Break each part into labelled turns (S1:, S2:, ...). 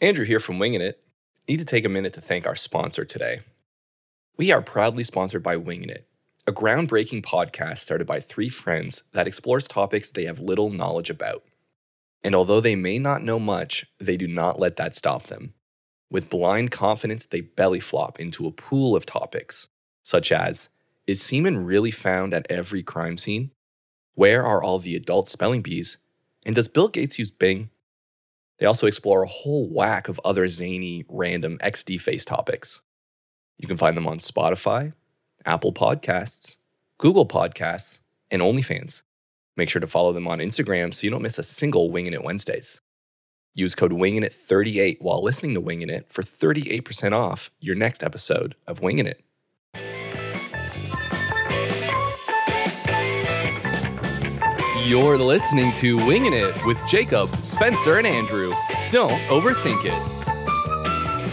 S1: Andrew here from Winging It. Need to take a minute to thank our sponsor today. We are proudly sponsored by Winging It, a groundbreaking podcast started by three friends that explores topics they have little knowledge about. And although they may not know much, they do not let that stop them. With blind confidence, they belly flop into a pool of topics, such as Is semen really found at every crime scene? Where are all the adult spelling bees? And does Bill Gates use Bing? They also explore a whole whack of other zany, random XD face topics. You can find them on Spotify, Apple Podcasts, Google Podcasts, and OnlyFans. Make sure to follow them on Instagram so you don't miss a single Wingin' It Wednesdays. Use code Wingin' It 38 while listening to Wingin' It for 38% off your next episode of Wingin' It. You're listening to Wingin' It with Jacob, Spencer, and Andrew. Don't overthink it.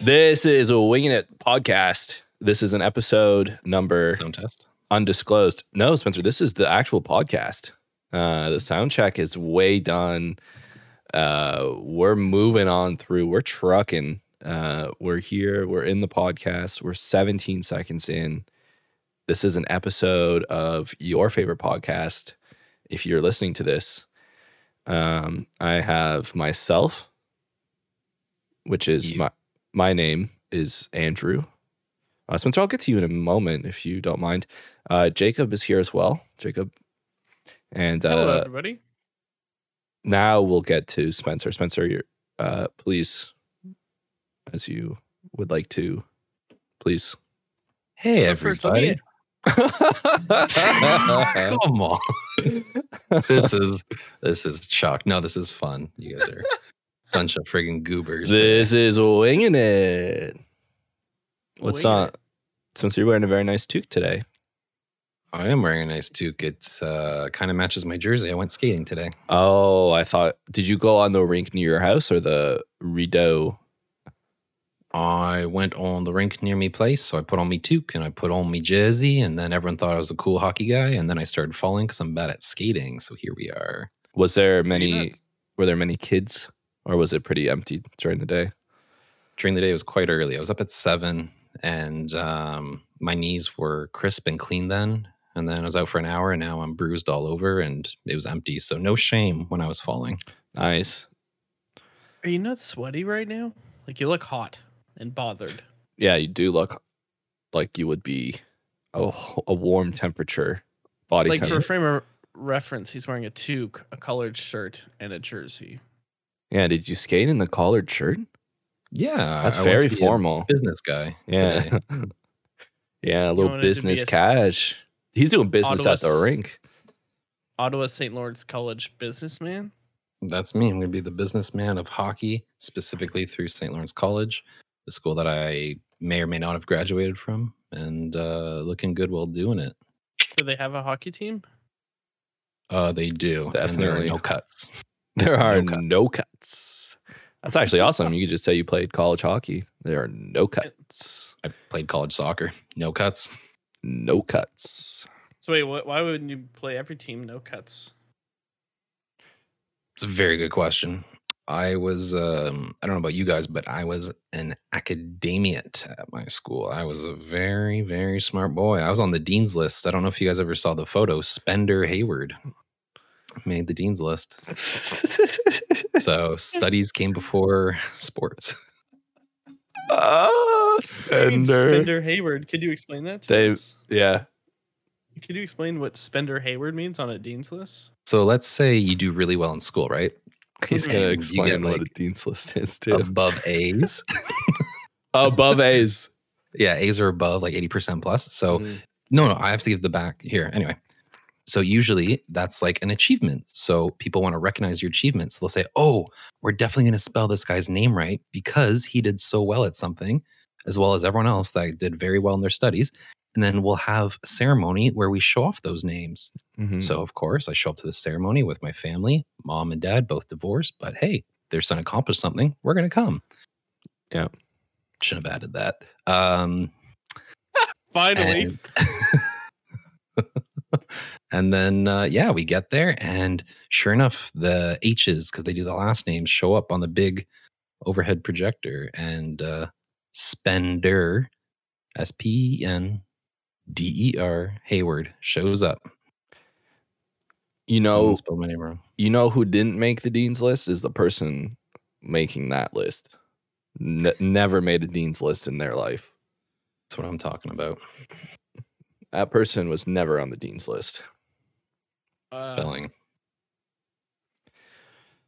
S1: This is a Wingin' It podcast. This is an episode number
S2: Sound test.
S1: undisclosed. No, Spencer, this is the actual podcast. Uh, the sound check is way done. Uh, we're moving on through. We're trucking. Uh, we're here. We're in the podcast. We're 17 seconds in. This is an episode of your favorite podcast. If you're listening to this, um, I have myself, which is
S2: You.
S1: my my name is Andrew. Uh, Spencer, I'll get to you in a moment if you don't mind. Uh, Jacob is here as well. Jacob. And
S3: Hello,
S1: uh,
S3: everybody.
S1: now we'll get to Spencer. Spencer, you're, uh, please, as you would like to, please.
S2: Hey
S3: Up first, let me
S2: everybody. Come on. this is this is chalk. No, this is fun. You guys are a bunch of friggin' goobers.
S1: this is winging it. What's
S3: Winging
S1: on?
S3: it.
S1: Spencer, you're wearing a very nice toque today.
S2: I am wearing a nice toque. It's uh kind of matches my jersey. I went skating today.
S1: Oh, I thought. Did you go on the rink near your house or the Rideau?
S2: I went on the rink near me place, so I put on me toque and I put on me jersey, and then everyone thought I was a cool hockey guy, and then I started falling because I'm bad at skating. So here we are.
S1: Was there
S3: Pretty
S1: many?
S3: nuts.
S1: Were there many kids, or was it pretty empty during the day?
S2: during the day it was quite early i was up at seven and um, my knees were crisp and clean then and then i was out for an hour and now i'm bruised all over and it was empty so no shame when i was falling
S1: Nice.
S3: Are you not sweaty right now? Like you look hot and bothered.
S1: yeah, you do look like you would be a, wh- a warm temperature body
S3: Like for a
S1: temperature.
S3: frame of reference, he's wearing a toque, a colored shirt, and a jersey.
S1: yeah, did you skate in the collared shirt?
S2: yeah
S1: That's
S2: I want
S1: very
S2: to be a
S1: formal.
S2: business guy
S1: Yeah.
S2: today.
S1: yeah, a
S3: You
S1: little
S3: wanted to be
S1: business
S3: a s-
S1: cash. He's doing business
S3: Ottawa
S1: at the
S3: s-
S1: rink.
S3: Ottawa St. Lawrence College businessman.
S2: that's me i'm going to be the businessman of hockey specifically through st lawrence college the school that i may or may not have graduated from and uh, looking good while doing it
S3: Do they have a hockey team?
S2: uh, they do and there are
S1: Definitely.
S2: no cuts
S1: There are no,
S2: cut.
S1: cuts. That's actually awesome. You could just say you played college hockey. There are no cuts.
S2: i played college soccer no cuts
S1: No cuts.
S3: So wait, wh- why wouldn't you play every team no cuts?
S2: It's a very good question. I was, um, I don't know about you guys, but I was an academiate at my school. I was a very, very smart boy. I was on the dean's list. I don't know if you guys ever saw the photo. Spender Hayward made the dean's list. So studies came before sports.
S1: Ah,
S3: What do you mean
S1: Spender.
S3: Spender Hayward. Could you explain that? To
S1: They-
S3: us?
S1: Yeah.
S3: Could you explain what Spender Hayward means on a dean's list?
S2: So let's say you do really well in school, right?
S1: He's
S3: Mhm.
S1: going to
S2: You
S1: explain
S2: get,
S1: what a
S2: like,
S1: Dean's list is, too.
S2: Above A's.
S1: Above A's. Mm-hmm.
S2: yeah, A's are above like 80% plus. So No, no, I have to give the back here. Anyway, so usually that's like an achievement. So people want to recognize your achievements. They'll say, oh, we're definitely going to spell this guy's name right because he did so well at something, as well as everyone else that did very well in their studies. And then we'll have a ceremony where we show off those names.
S1: Mhm.
S2: So, of course, I show up to the ceremony with my family, mom and dad, both divorced, but hey, their son accomplished something. We're going to come.
S1: Yeah.
S2: Shouldn't have added that. Um,
S3: Finally,
S2: and- and then uh, yeah, we get there, and sure enough, the H's because they do the last names show up on the big overhead projector, and uh, Spender, S P E N D E R Hayward shows up.
S1: You
S2: Someone
S1: know,
S2: spelled my name wrong.
S1: you know who didn't make the dean's list is the person making that list. Ne- never made a dean's list in their life.
S2: That's what I'm talking about.
S1: That person was never on the dean's list.
S3: Uh,
S2: Spelling.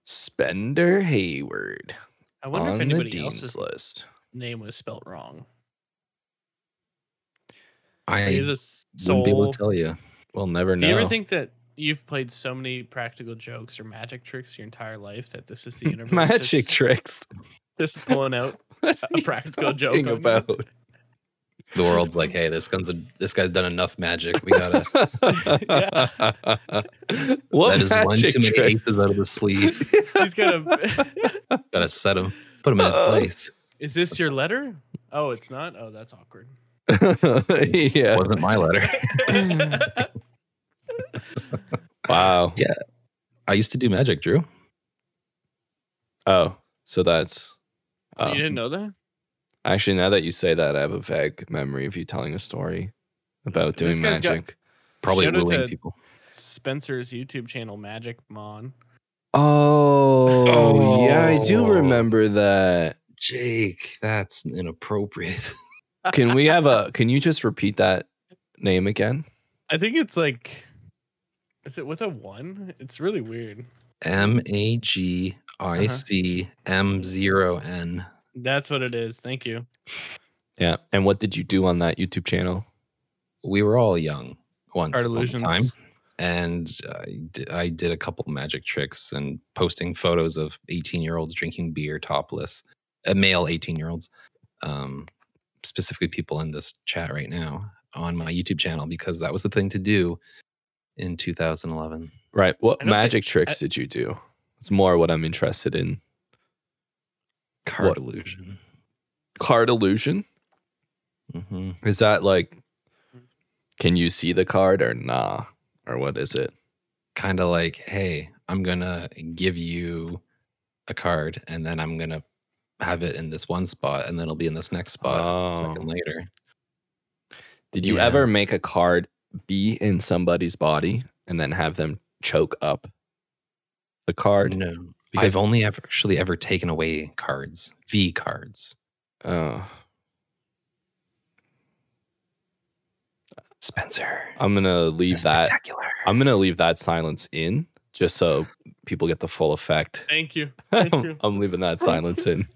S1: Spender Hayward
S3: I wonder if
S1: on the
S3: anybody
S1: dean's
S3: else's
S1: list.
S3: name was spelt wrong.
S2: I
S3: Maybe the
S2: wouldn't
S3: soul.
S2: be able to tell you.
S1: We'll never
S3: Do
S1: know.
S3: you ever think that you've played so many practical jokes or magic tricks your entire life that this is the universe
S1: Magic
S3: just,
S1: tricks.
S3: just pulling out
S1: What are you
S3: practical joke
S1: talking
S3: on you.
S1: about.
S2: The world's like, hey, this gun's a, this guy's done enough magic. We gotta.
S1: what
S2: that is one
S1: magic
S2: too many
S1: trick?
S2: aces out of the sleeve.
S3: He's gonna.
S2: Gotta set him, put him in his
S1: Uh-oh.
S2: place.
S3: is this your letter? Oh, it's not. Oh, that's awkward.
S1: yeah.
S2: Wasn't my letter.
S1: Wow.
S2: Yeah. I used to do magic, Drew.
S1: Oh, so that's.
S3: you
S1: Oh.
S2: Um,
S3: didn't know that?
S1: Actually, now that you say that, I have a vague memory of you telling a story about
S3: This
S1: doing
S3: guy's got-
S1: magic.
S2: Probably
S3: Shout out
S2: ruling
S3: to-
S2: people.
S3: Spencer's YouTube channel, Magic Mon.
S1: Oh, yeah, I do
S2: Oh.
S1: remember that.
S2: Jake, that's inappropriate.
S1: Can we have a? Can you just repeat that name again?
S3: I think it's like, is it with a one? It's really weird.
S2: M A G I C M zero N.
S3: That's what it is. Thank you.
S1: Yeah. And what did you do on that YouTube channel?
S2: We were all young once
S3: Art
S2: upon a
S3: illusions.
S2: time. And I di- I did a couple magic tricks and posting photos of 18 year olds drinking beer topless, uh, male 18 year olds, um, specifically people in this chat right now on my YouTube channel, because that was the thing to do in 2011.
S1: Right. What
S3: I don't think-
S1: magic tricks
S3: I-
S1: did you do? It's more what I'm interested in.
S2: Card
S1: What-
S2: illusion.
S1: Card illusion.
S2: hmm
S1: Is that like? Can you see the card or nah? Or what is it?
S2: Kind of like, hey, I'm going to give you a card and then I'm going to have it in this one spot and then it'll be in this next spot
S1: Oh.
S2: a second later.
S1: Did you
S2: Yeah.
S1: ever make a card be in somebody's body and then have them choke up the card?
S2: No.
S1: Because-
S2: I've only ever actually ever taken away cards, V cards.
S1: Oh,
S2: Spencer.
S1: I'm gonna leave that.
S2: spectacular.
S1: I'm gonna leave that silence in just so people get the full effect.
S3: Thank you. Thank you.
S1: I'm, leaving that silence in.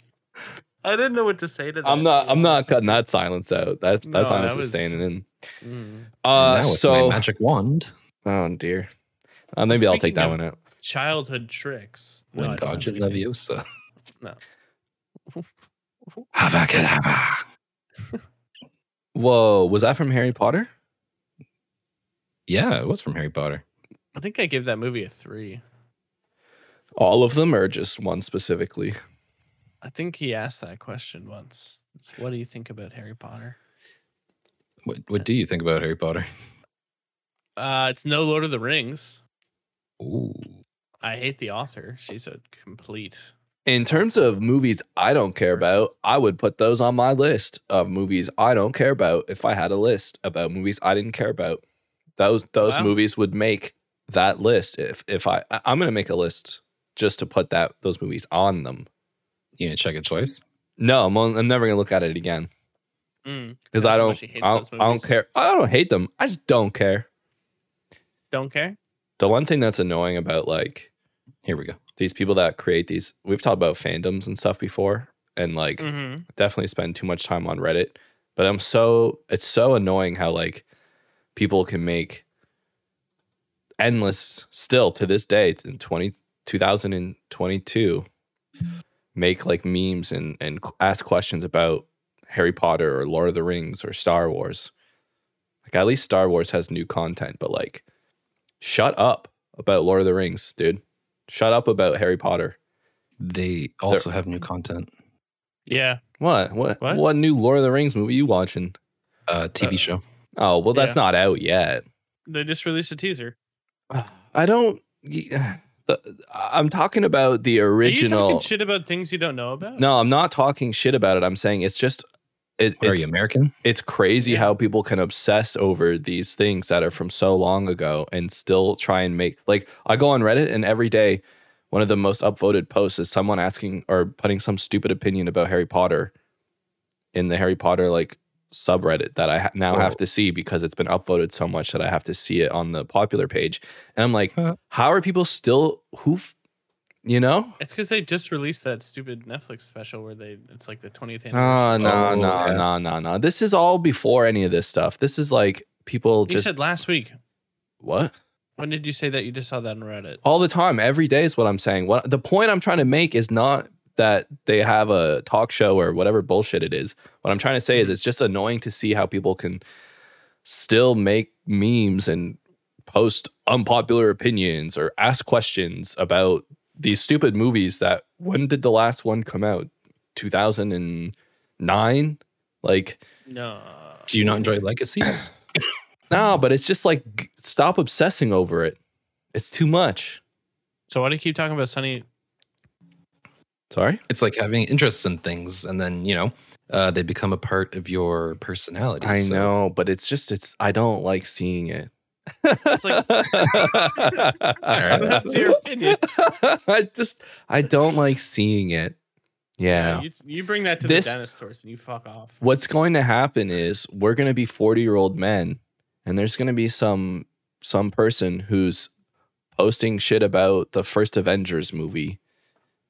S3: I didn't know what to say to that.
S1: I'm
S3: to
S1: not.
S3: be
S1: I'm not
S3: honest.
S1: cutting that silence out. That that
S3: No, that
S1: silence is
S3: was-
S1: staying in.
S3: Mm.
S1: Uh,
S2: now with
S1: so
S2: my magic wand.
S1: oh dear. Uh, maybe I'll take
S3: Speaking
S1: that
S3: of-
S1: one out.
S3: Childhood tricks.
S1: Oh
S3: No, I
S2: When
S3: don't
S2: God
S3: know.
S2: Leviosa.
S3: No.
S2: Avacadabra.
S1: Whoa, was that from Harry Potter?
S2: Yeah, it was from Harry Potter.
S3: I think I gave that movie a three.
S1: All of them, or just one specifically?
S3: I think he asked that question once. It's, what do you think about Harry Potter?
S2: What, what do you think about Harry Potter?
S3: Uh, it's no Lord of the Rings.
S2: Ooh.
S3: I hate the author. She's a complete.
S1: In terms of movies I don't care
S3: Person.
S1: about, I would put those on my list of movies I don't care about if I had a list about movies I didn't care about. Those those
S3: Wow.
S1: movies would make that list if if I I- I'm going to make a list just to put that those movies on them.
S2: You gonna check it twice?
S1: No, I'm, on, I'm never going to look at it again
S3: Mm,
S1: cuz
S3: That's
S1: I
S3: how
S1: don't
S3: much he hates
S1: I don't,
S3: those
S1: I don't
S3: movies.
S1: care. I don't hate them. I just don't care.
S3: don't care.
S1: The one thing that's annoying about like
S2: Here we go.
S1: these people that create these we've talked about fandoms and stuff before and like
S3: Mm-hmm.
S1: definitely spend too much time on Reddit, but I'm so it's so annoying how like people can make endless still to this day in 20, 2022 make like memes and and qu- ask questions about Harry Potter or Lord of the Rings or Star Wars. Like at least Star Wars has new content, but like shut up about Lord of the Rings, dude. Shut up about Harry Potter.
S2: They also have new content.
S3: Yeah.
S1: What? What? What,
S3: What?
S1: what new Lord of the Rings movie you watching?
S2: Uh, TV
S3: Uh,
S2: show.
S1: Oh well, that's not out yet.
S3: They just released a teaser.
S1: I don't. y- the- I'm talking about the
S3: Are you
S1: original.
S3: talking shit about things you don't know about?
S1: No, I'm not talking shit about it. I'm saying it's just. It,
S2: What are
S1: it's,
S2: you American?
S1: it's crazy
S3: Yeah.
S1: how people can obsess over these things that are from so long ago and still try and make like I go on Reddit and every day one of the most upvoted posts is someone asking or putting some stupid opinion about Harry Potter in the Harry Potter like subreddit that I ha- now have
S2: Whoa.
S1: to see because it's been upvoted so much that I have to see it on the popular page and I'm like
S2: Huh.
S1: how are people still who f- you know
S3: It's because they just released that stupid Netflix special where they it's like the 20th
S1: no
S3: anniversary.
S1: no
S2: Oh,
S1: no
S2: yeah.
S1: no no no this is all before any of this stuff this is like people
S3: you
S1: just
S3: said last week.
S1: what
S3: When did you say that you just saw that on Reddit?
S1: all the time every day is what i'm saying what the point i'm trying to make is not that they have a talk show or whatever bullshit it is what i'm trying to say is it's just annoying to see how people can still make memes and post unpopular opinions or ask questions about these stupid movies that when did the last one come out 2009 like
S3: No.
S2: Do you not enjoy legacies?
S1: no but it's just like g- stop obsessing over it it's too much
S3: So why do you keep talking about Sunny?
S1: sorry
S2: it's like having interests in things, and then you know uh, they become a part of your personality.
S1: I
S2: so-
S1: know, but it's just it's I don't like seeing it.
S3: like- That's your opinion.
S1: I just I don't like seeing it. Yeah.
S3: You, you bring that to
S1: This-
S3: the dentist horse and you fuck off.
S1: What's going to happen is we're going to be 40-year-old men and there's going to be some some person who's posting shit about the first Avengers movie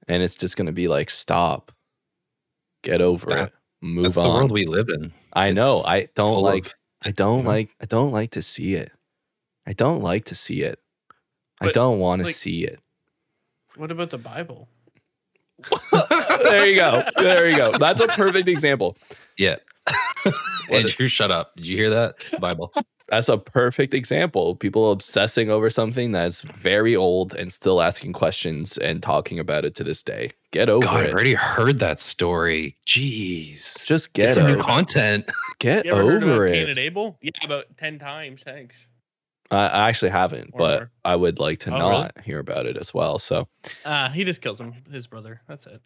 S1: and it's just going to be like stop. Get over
S2: That-
S1: it. Move
S2: That's
S1: on.
S2: the world we live in.
S1: I know.
S2: it's
S1: I don't
S2: full of-
S1: like I don't
S2: you know?
S1: like I don't like to see it. I don't like to see it. I
S3: But,
S1: don't want to
S3: like-
S1: see it.
S3: What about the Bible?
S1: There you go. There you go. That's a perfect example.
S2: Yeah. Andrew, shut up. Did you hear that? Bible.
S1: That's a perfect example. People obsessing over something that's very old and still asking questions and talking about it to this day. Get over
S2: God, I
S1: it.
S2: already heard that story. Jeez.
S1: Just
S2: Get
S1: get
S2: some new
S1: over,
S2: content.
S1: get
S3: You ever heard about
S1: over
S3: Cain
S1: it.
S3: and Abel? Yeah, about 10 times. Thanks.
S1: I, I actually haven't,
S3: Or
S1: but
S3: more.
S1: I would like to
S3: Oh, really?
S1: not hear about it as well. So,
S3: Uh, he just kills him, his brother. That's it.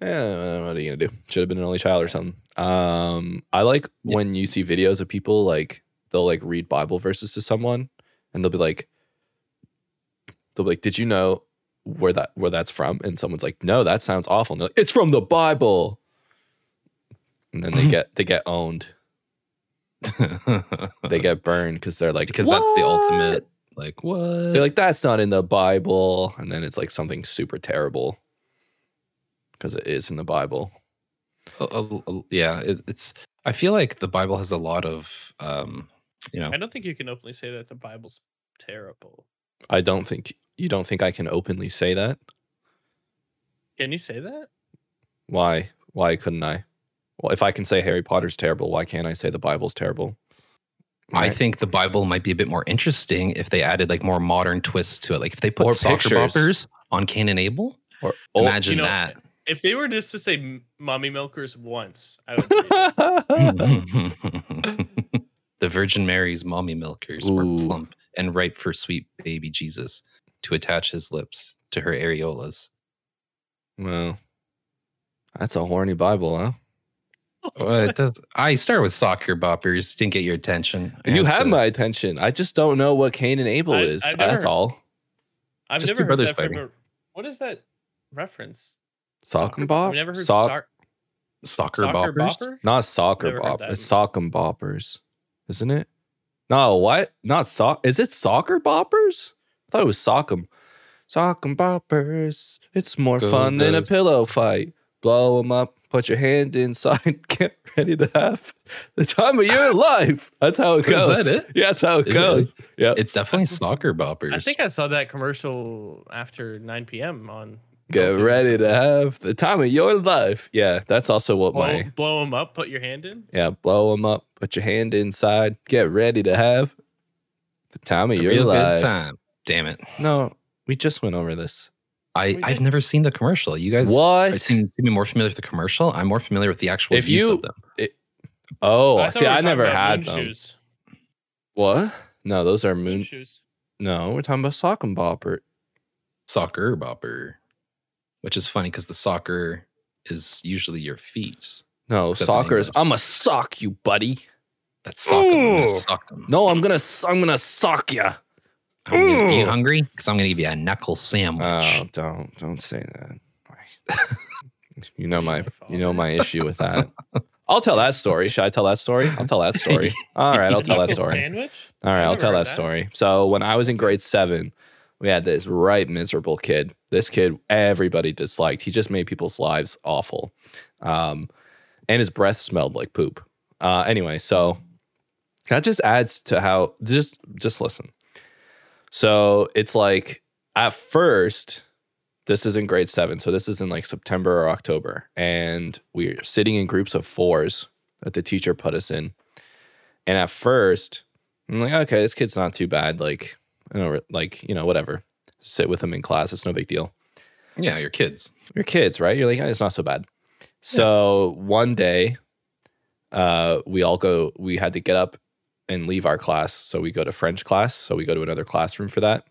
S1: Yeah, what are you gonna do? Should have been an only child or something. Um, I like
S2: Yeah.
S1: when you see videos of people like they'll like read Bible verses to someone, and they'll be like, they'll be like, "Did you know where that where that's from?" And someone's like, "No, that sounds awful." And they're like, "It's from the Bible," and then they get they get owned, they get burned because they're like,
S2: because that's the
S1: "What?"
S2: ultimate. Like what?
S1: They're like, "That's not in the Bible," and then it's like something super terrible because it is in the Bible.
S2: A- a- a- yeah, it, it's. I feel like the Bible has a lot of, um, you know,
S3: I don't think you can openly say that the Bible's terrible.
S1: I don't think you don't think I can openly say that.
S3: Can you say that?
S1: Why? Why couldn't I? Well, if I can say Harry Potter's terrible, why can't I say the Bible's terrible?
S2: I
S1: Right?
S2: think the Bible might be a bit more interesting if they added like more modern twists to it. Like if they put
S1: Or
S2: soccer
S1: pictures.
S2: boppers on Cain and Abel.
S1: Or
S2: imagine
S3: know,
S2: that.
S3: If they were just to say m- mommy milkers once, I would. believe it.
S1: oh.
S2: the Virgin Mary's mommy milkers were
S1: Ooh.
S2: plump and ripe for sweet baby Jesus to attach his lips to her areolas.
S1: well, that's a horny Bible, huh? Oh.
S2: Well, it does. I started with soccer boppers. Didn't get your attention. uh, I
S1: you
S2: had
S1: have
S2: to-
S1: my attention. I just don't know what Cain and Abel
S3: uh, I-
S1: is.
S3: I've never
S1: that's
S3: heard-
S1: all.
S3: I've
S2: Just
S3: never
S2: two
S3: heard
S2: brothers
S3: that from
S2: fighting.
S3: a- What is that reference?
S1: Sock and
S3: Soccer-
S1: bop.
S3: I've never heard
S1: Sock-
S3: soc-
S2: soccer,
S3: soccer
S2: boppers.
S3: bopper.
S1: not soccer
S3: Never heard
S1: bop.
S3: that.
S1: It's sock and boppers, isn't it? No, what? Not sock. Is it soccer boppers? I thought it was sock'em. Sock'em boppers. It's more
S2: Go
S1: fun than a
S2: Ghosts.
S1: pillow fight. Blow 'em up. Put your hand inside. Get ready to have the time of your life. That's how it
S2: Is
S1: goes.
S2: that it?
S1: Yeah, that's how it
S2: Is it?
S1: goes. Yeah.
S2: It's definitely soccer boppers.
S3: I think I saw that commercial after 9 p.m. on
S1: Get
S3: Dolphin.
S1: ready to have the time of your life. Yeah, that's also what
S3: blow,
S1: my
S3: blow 'em up, put your hand in.
S1: Yeah, blow them up. Put your hand inside. Get ready to have the time of
S2: a
S1: your
S2: real
S1: life.
S2: good time. Damn it.
S1: No, we just went over this.
S2: I,
S3: We
S2: I've
S3: did.
S2: never seen the commercial. You guys
S1: What?
S2: seem to be more familiar with the commercial. I'm more familiar with the actual
S1: If
S2: use
S1: you-
S2: of them.
S1: Oh,
S3: thought
S1: see,
S3: we were
S1: I
S3: talking
S1: never
S3: about
S1: had
S3: moon
S1: them.
S3: shoes.
S1: What? No, those are moon.
S3: shoes.
S1: No, we're talking about sock and bopper.
S2: soccer bopper, which is funny because the soccer is usually your feet.
S1: No,
S2: Except in
S1: soccer is.
S2: English.
S1: I'm a sock you, buddy.
S2: That's sock 'em, I'm
S1: Ooh.
S2: gonna sock 'em.
S1: No, I'm gonna. s- I'm gonna sock ya.
S2: I'm gonna- are you
S1: Ooh.
S2: hungry? Because I'm gonna give you a knuckle sandwich.
S1: Oh, don't don't say that. you know my you know
S3: Father.
S1: my issue with that. I'll tell that story. Should I tell that story? I'll tell that story. All right, I'll tell that
S3: Knuckle
S1: story.
S3: Sandwich.
S1: All right, I'll
S3: Never
S1: tell
S3: heard
S1: that
S3: that.
S1: story. So when I was in grade seven, we had this right miserable kid. This kid everybody disliked. He just made people's lives awful, um, and his breath smelled like poop. Uh, anyway, so that just adds to how just just listen. So it's like at first, this is in grade seven. So this is in like September or October, and we're sitting in groups of fours that the teacher put us in. And at first, I'm like, okay, this kid's not too bad. Like, I don't re- like, you know, whatever. Sit with him in class. It's no big deal.
S2: Yeah, your kids.
S1: You're kids, right? You're like, "Eh, it's not so bad. So one day, uh, we all go. We had to get up and leave our class. So we go to French class. So we go to another classroom for that.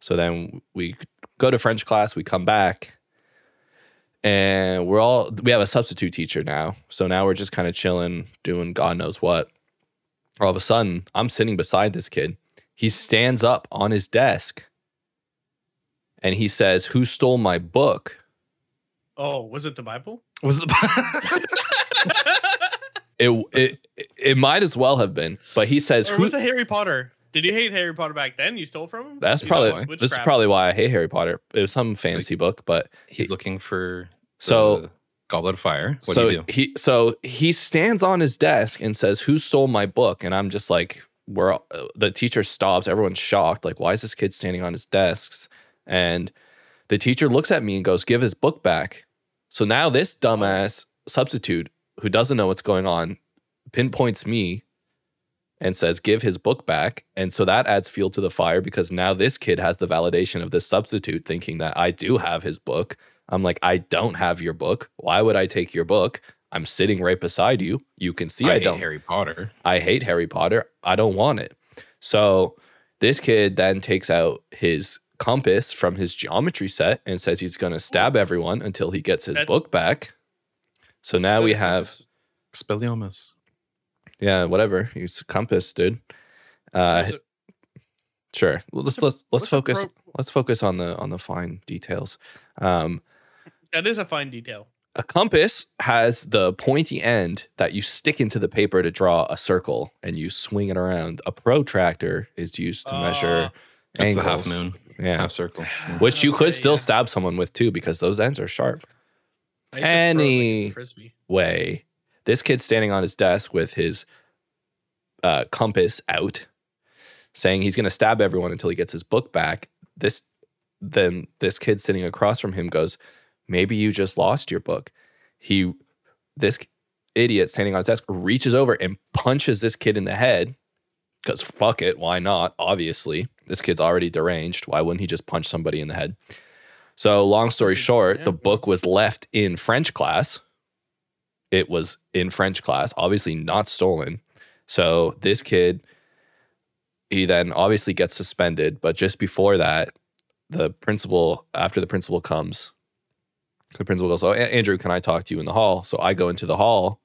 S1: So then we go to French class. We come back, and we're all we have a substitute teacher now. So now we're just kind of chilling, doing God knows what. All of a sudden, I'm sitting beside this kid. He stands up on his desk, and he says, "Who stole my book?"
S3: Oh, was it the Bible?
S2: Was the
S1: it, it it might as well have been. But he says
S3: or
S1: who,
S3: was it Harry Potter? Did you hate Harry Potter back then? You stole from him?
S1: that's
S2: That's
S1: probably
S2: why.
S1: this is
S3: Witchcraft.
S1: probably why I hate Harry Potter. It was some fantasy book, but
S2: he's looking for
S1: so
S2: the goblet of fire. What
S1: so
S2: do you do?
S1: he so he stands on his desk and says, "Who stole my book?" And I'm just like, "Where?" The teacher stops. Everyone's shocked. Like, why is this kid standing on his desks? And the teacher looks at me and goes, "Give his book back." So now this dumbass substitute who doesn't know what's going on pinpoints me and says, "Give his book back." And so that adds fuel to the fire because now this kid has the validation of this substitute thinking that I do have his book. I'm like, I don't have your book. Why would I take your book? I'm sitting right beside you. You can see I,
S2: hate
S1: don't.
S2: Harry Potter.
S1: I hate Harry Potter. I don't want it. So this kid then takes out his compass from his geometry set and says he's going to stab everyone until he gets his
S3: That-
S1: book back. So now we have Uh,
S2: Expelliarmus.
S1: yeah, whatever. He's a compass, dude. Uh,
S3: There's a-
S1: sure. Well, let's
S3: a-
S1: let's
S3: what's
S1: let's
S3: a
S1: focus
S3: pro-
S1: let's focus on the on the fine details. Um,
S3: that is a fine detail.
S1: a compass has the pointy end that you stick into the paper to draw a circle, and you swing it around. A protractor is used to measure
S2: That's the half
S1: angles.
S2: moon,
S1: Yeah.
S2: half circle. Yeah.
S1: Which you
S3: Ah. Okay,
S1: could still
S3: yeah.
S1: stab someone with too, because those ends are sharp.
S3: I used to throw it like a
S1: Any-
S3: frisbee.
S1: way. This kid's standing on his desk with his uh, compass out, saying he's going to stab everyone until he gets his book back. This then this kid sitting across from him goes, "Maybe you just lost your book." He this idiot standing on his desk reaches over and punches this kid in the head because fuck it, why not? Obviously, this kid's already deranged. Why wouldn't he just punch somebody in the head? So, long story
S3: This is-
S1: short,
S3: yeah.
S1: the book was left in French class. It was in French class, obviously not stolen. So, this kid, he then obviously gets suspended. But just before that, the principal, after the principal comes, the principal goes, Oh, A- Andrew, can I talk to you in the hall? So, I go into the hall.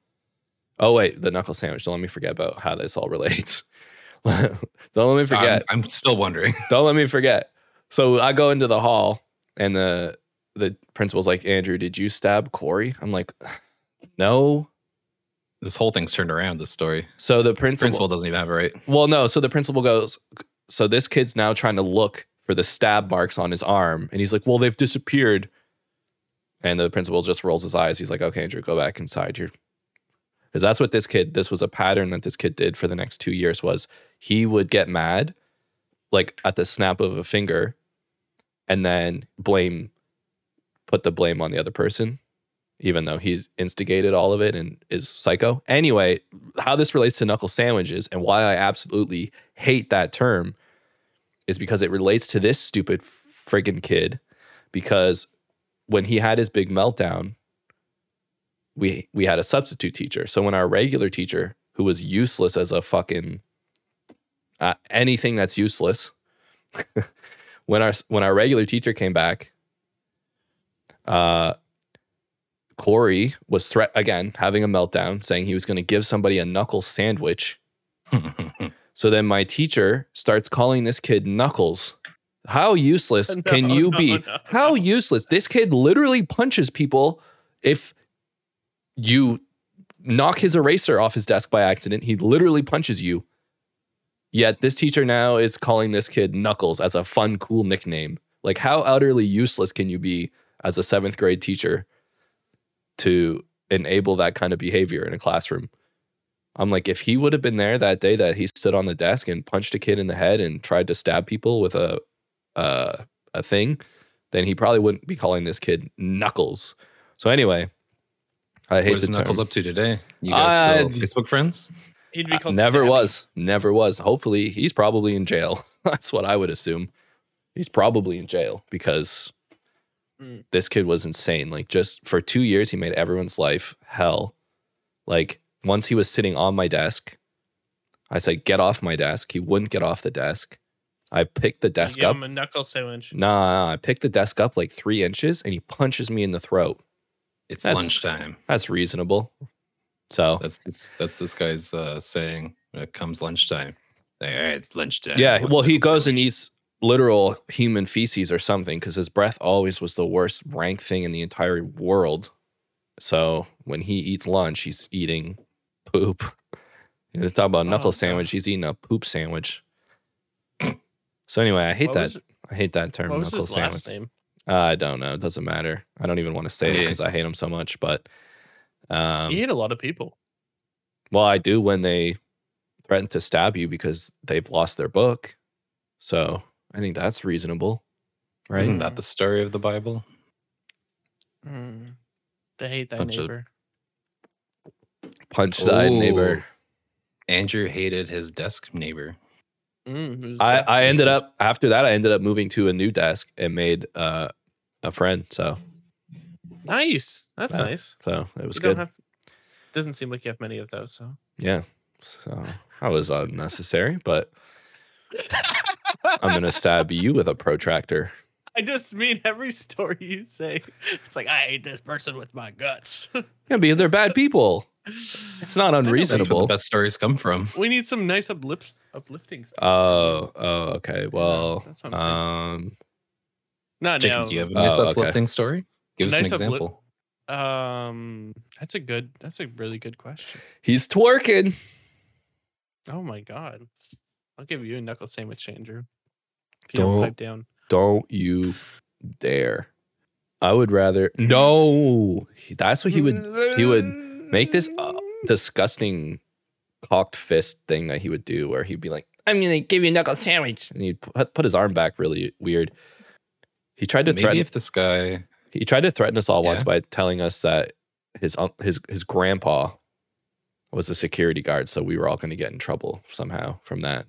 S1: Oh, wait, the knuckle sandwich. Don't let me forget about how this all relates. Don't let me forget.
S2: I'm, I'm still wondering.
S1: Don't let me forget. So I go into the hall, and the the principal's like, Andrew, did you stab Corey? I'm like, no.
S2: This whole thing's turned around. This story.
S1: So the principal,
S2: Principal doesn't even have it right.
S1: well, no. So the principal goes, so this kid's now trying to look for the stab marks on his arm, and he's like, well, they've disappeared. And the principal just rolls his eyes. He's like, okay, Andrew, go back inside here. Because that's what this kid, this was a pattern that this kid did for the next two years was he would get mad like at the snap of a finger and then blame, put the blame on the other person, even though he's instigated all of it and is psycho. Anyway, how this relates to knuckle sandwiches and why I absolutely hate that term is because it relates to this stupid friggin' kid. Because when he had his big meltdown, we we had a substitute teacher. So when our regular teacher, who was useless as a fucking uh, anything that's useless. when our when our regular teacher came back, uh, Corey was threat again, having a meltdown, saying he was going to give somebody a knuckle sandwich. So then my teacher starts calling this kid Knuckles. How useless
S3: No,
S1: can you
S3: no,
S1: be?
S3: no,
S1: How
S3: no.
S1: useless. This kid literally punches people if you knock his eraser off his desk by accident. He literally punches you. Yet this teacher now is calling this kid Knuckles as a fun, cool nickname. Like, how utterly useless can you be as a seventh grade teacher to enable that kind of behavior in a classroom? I'm like, if he would have been there that day that he stood on the desk and punched a kid in the head and tried to stab people with a uh, a thing, then he probably wouldn't be calling this kid Knuckles. So anyway, I hate
S2: what is
S1: the
S2: Knuckles
S1: term.
S2: up to today? You guys
S1: Uh,
S2: still Facebook friends?
S3: He'd
S1: Uh,
S3: be called
S1: never
S3: Stabby.
S1: was, never was. Hopefully, he's probably in jail. That's what I would assume. He's probably in jail because
S3: Mm.
S1: this kid was insane. Like just for two years, he made everyone's life hell. Like once he was sitting on my desk, I said, "Get off my desk." He wouldn't get off the desk. I picked the
S3: You
S1: desk
S3: give
S1: up.
S3: him a knuckle sandwich.
S1: Nah, I picked the desk up like three inches, and he punches me in the throat.
S2: It's
S1: That's-
S2: lunchtime.
S1: That's reasonable. So
S2: That's this. That's this guy's uh, saying. When it comes lunchtime. Like, All right, it's lunchtime.
S1: Yeah,
S2: What's
S1: well, he
S2: lunch?
S1: goes and eats literal human feces or something because his breath always was the worst rank thing in the entire world. So when he eats lunch, he's eating poop. He's talking about a knuckle
S3: Oh,
S1: sandwich. He's eating a poop sandwich. so anyway, I hate
S3: What
S1: that.
S3: was-
S1: I hate that term,
S3: What was
S1: knuckle
S3: his
S1: sandwich.
S3: last name?
S1: I don't know. It doesn't matter. I don't even want to say it
S2: Yeah.
S1: because I hate him so much. But um,
S3: he hit a lot of people.
S1: well, I do when they threaten to stab you because they've lost their book. So I think that's reasonable, right?
S2: Isn't that the story of the Bible?
S3: Mm. To hate thy
S2: Bunch of-
S3: neighbor.
S1: Punch thy neighbor.
S2: Andrew hated his desk neighbor.
S3: Mm, it was
S1: I,
S3: best.
S1: I
S2: This
S1: ended
S2: is-
S1: up after that. I ended up moving to a new desk and made uh, a friend. So
S3: nice. That's
S1: Yeah.
S3: nice.
S1: so it was
S3: You
S1: good.
S3: Don't have, doesn't seem like you have many of those. So
S1: yeah. So that was unnecessary, but I'm gonna stab you with a protractor.
S3: I just mean every story you say. It's like I hate this person with my guts.
S1: Yeah, but they're bad people. It's not
S2: That's where the
S1: unreasonable.
S2: best stories come from.
S3: we need some nice uplift, uplifting stuff.
S1: Oh, oh, okay. Well,
S3: that's what I'm
S1: um,
S3: not
S2: Jacob, do you have a
S1: Oh,
S2: nice
S1: okay.
S2: uplifting story? Give us an
S3: Nice upli-
S2: example.
S3: Um, that's a good. That's a really good question.
S1: he's twerking.
S3: Oh my god! I'll give you a knuckle sandwich, Andrew. If you don't,
S1: Don't-
S3: pipe down.
S1: Don't you dare. I would rather no. He- That's what he
S3: Mm.
S1: would he would make this uh, disgusting cocked fist thing that he would do, where he'd be like, "I'm gonna give you a knuckle sandwich," and he'd put, put his arm back really weird. He tried to
S2: Maybe
S1: threaten.
S2: if this guy,
S1: he tried to threaten us all once
S2: Yeah.
S1: by telling us that his un- his his grandpa was a security guard, so we were all going to get in trouble somehow from that.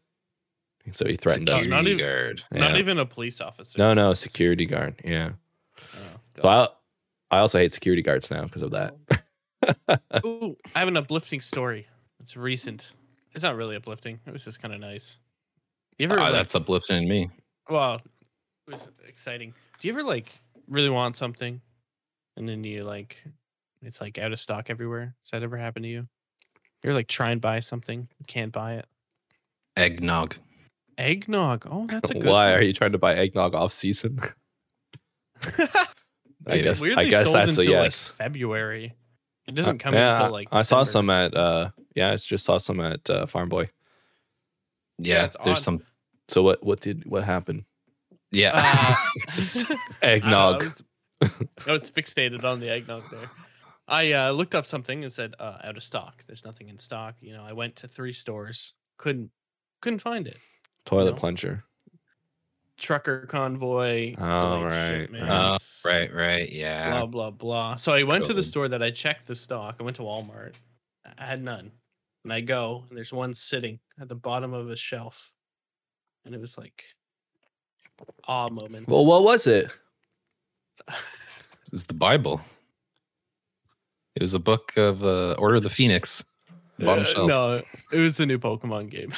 S1: So he threatened us.
S3: Security not even-
S2: guard.
S3: Not
S1: Yeah.
S3: even a police officer.
S1: No, no, security guard. Yeah.
S3: Oh,
S1: So
S3: God.
S1: I, I also hate security guards now because of that.
S3: Ooh, I have an uplifting story. It's recent. It's not really uplifting. It was just kind of nice. You ever?
S1: Uh,
S2: Ah,
S3: like-
S2: that's uplifting in me.
S3: Well, it was exciting. Do you ever like really want something, and then you like, it's like out of stock everywhere? Has that ever happened to you? You're like try and buy something, you can't buy it.
S2: Eggnog.
S3: Eggnog. Oh, that's a good.
S1: Why are you trying to buy eggnog off season?
S3: you?
S1: I guess I
S3: weirdly
S1: guess
S3: sold
S1: that's a
S3: until, like,
S1: yes. Uh,
S3: February. It doesn't come
S1: yeah,
S3: until like.
S1: I saw
S3: December.
S1: some at uh yeah, I just saw some at uh, Farm Boy.
S2: Yeah,
S3: it's
S2: there's
S3: odd.
S2: some.
S1: So what what did what happened?
S2: Yeah,
S3: Ah.
S2: It's just-
S3: I don't know,
S1: Eggnog.
S3: I was, I was fixated on the eggnog there. I uh, looked up something and said uh, out of stock. There's nothing in stock. You know, I went to three stores, couldn't couldn't find it.
S1: Toilet
S3: No.
S1: plunger.
S3: Trucker convoy.
S1: Oh, right,
S3: delayed
S1: right.
S3: shipments,
S2: right, right. Yeah,
S3: Blah blah blah. So I went to the
S2: Totally.
S3: store that I checked the stock. I went to Walmart. I had none, and I go and there's one sitting at the bottom of a shelf, and it was like awe moment.
S1: Well, what was it?
S2: this is the Bible. It was a book of uh, Order of the Phoenix. Bottom
S3: Uh,
S2: shelf.
S3: No, it was the new Pokemon game.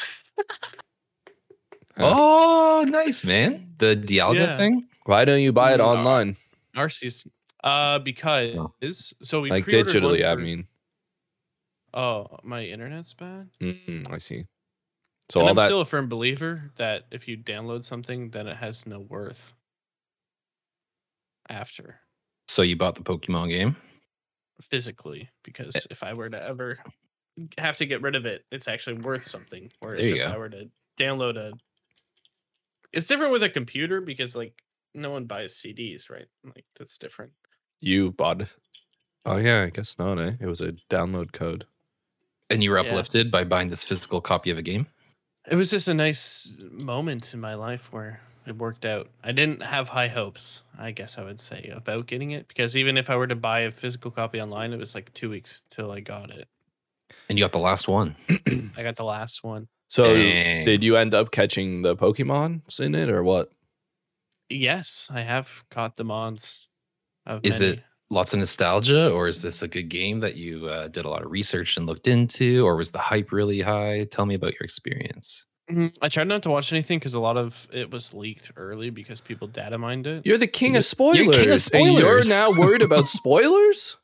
S2: Oh, nice, man. The Dialga
S3: Yeah.
S2: thing.
S1: Why don't you buy it
S3: Mm, uh,
S1: online,
S3: Narcissus. Uh, because so we
S1: like
S3: pre-ordered one
S1: digitally? I
S3: for-
S1: mean,
S3: Oh, my internet's bad.
S1: Mm, I see. So
S3: and
S1: all
S3: I'm
S1: that
S3: still a firm believer that if you download something, then it has no worth. After
S2: So you bought the Pokemon game.
S1: Eh
S3: physically, because if I were to ever have to get rid of it, it's actually worth something. Whereas
S2: There
S3: if
S2: you go.
S3: I were to download a, it's different with a computer because like no one buys CDs, right? Like that's different.
S1: you bought. it. Oh yeah, I guess not. Eh? It was a download code.
S2: And you were
S3: Yeah.
S2: uplifted by buying this physical copy of a game.
S3: It was just a nice moment in my life where it worked out. I didn't have high hopes, I guess I would say, about getting it because even if I were to buy a physical copy online, it was like two weeks till I got it.
S2: And you got the last one. Hmm.
S3: I got the last one.
S1: So
S2: Dang.
S1: did you end up catching the Pokemon in it or what?
S3: Yes, I have caught the Mons. Of
S2: Is
S3: many.
S2: it- Lots of nostalgia, or is this a good game that you uh, did a lot of research and looked into, or was the hype really high? Tell me about your experience.
S3: Mhm. I tried not to watch anything because a lot of it was leaked early because people data mined it.
S1: You're the king of spoilers.
S2: You're king of
S1: And you're
S2: spoilers.
S1: now worried about spoilers?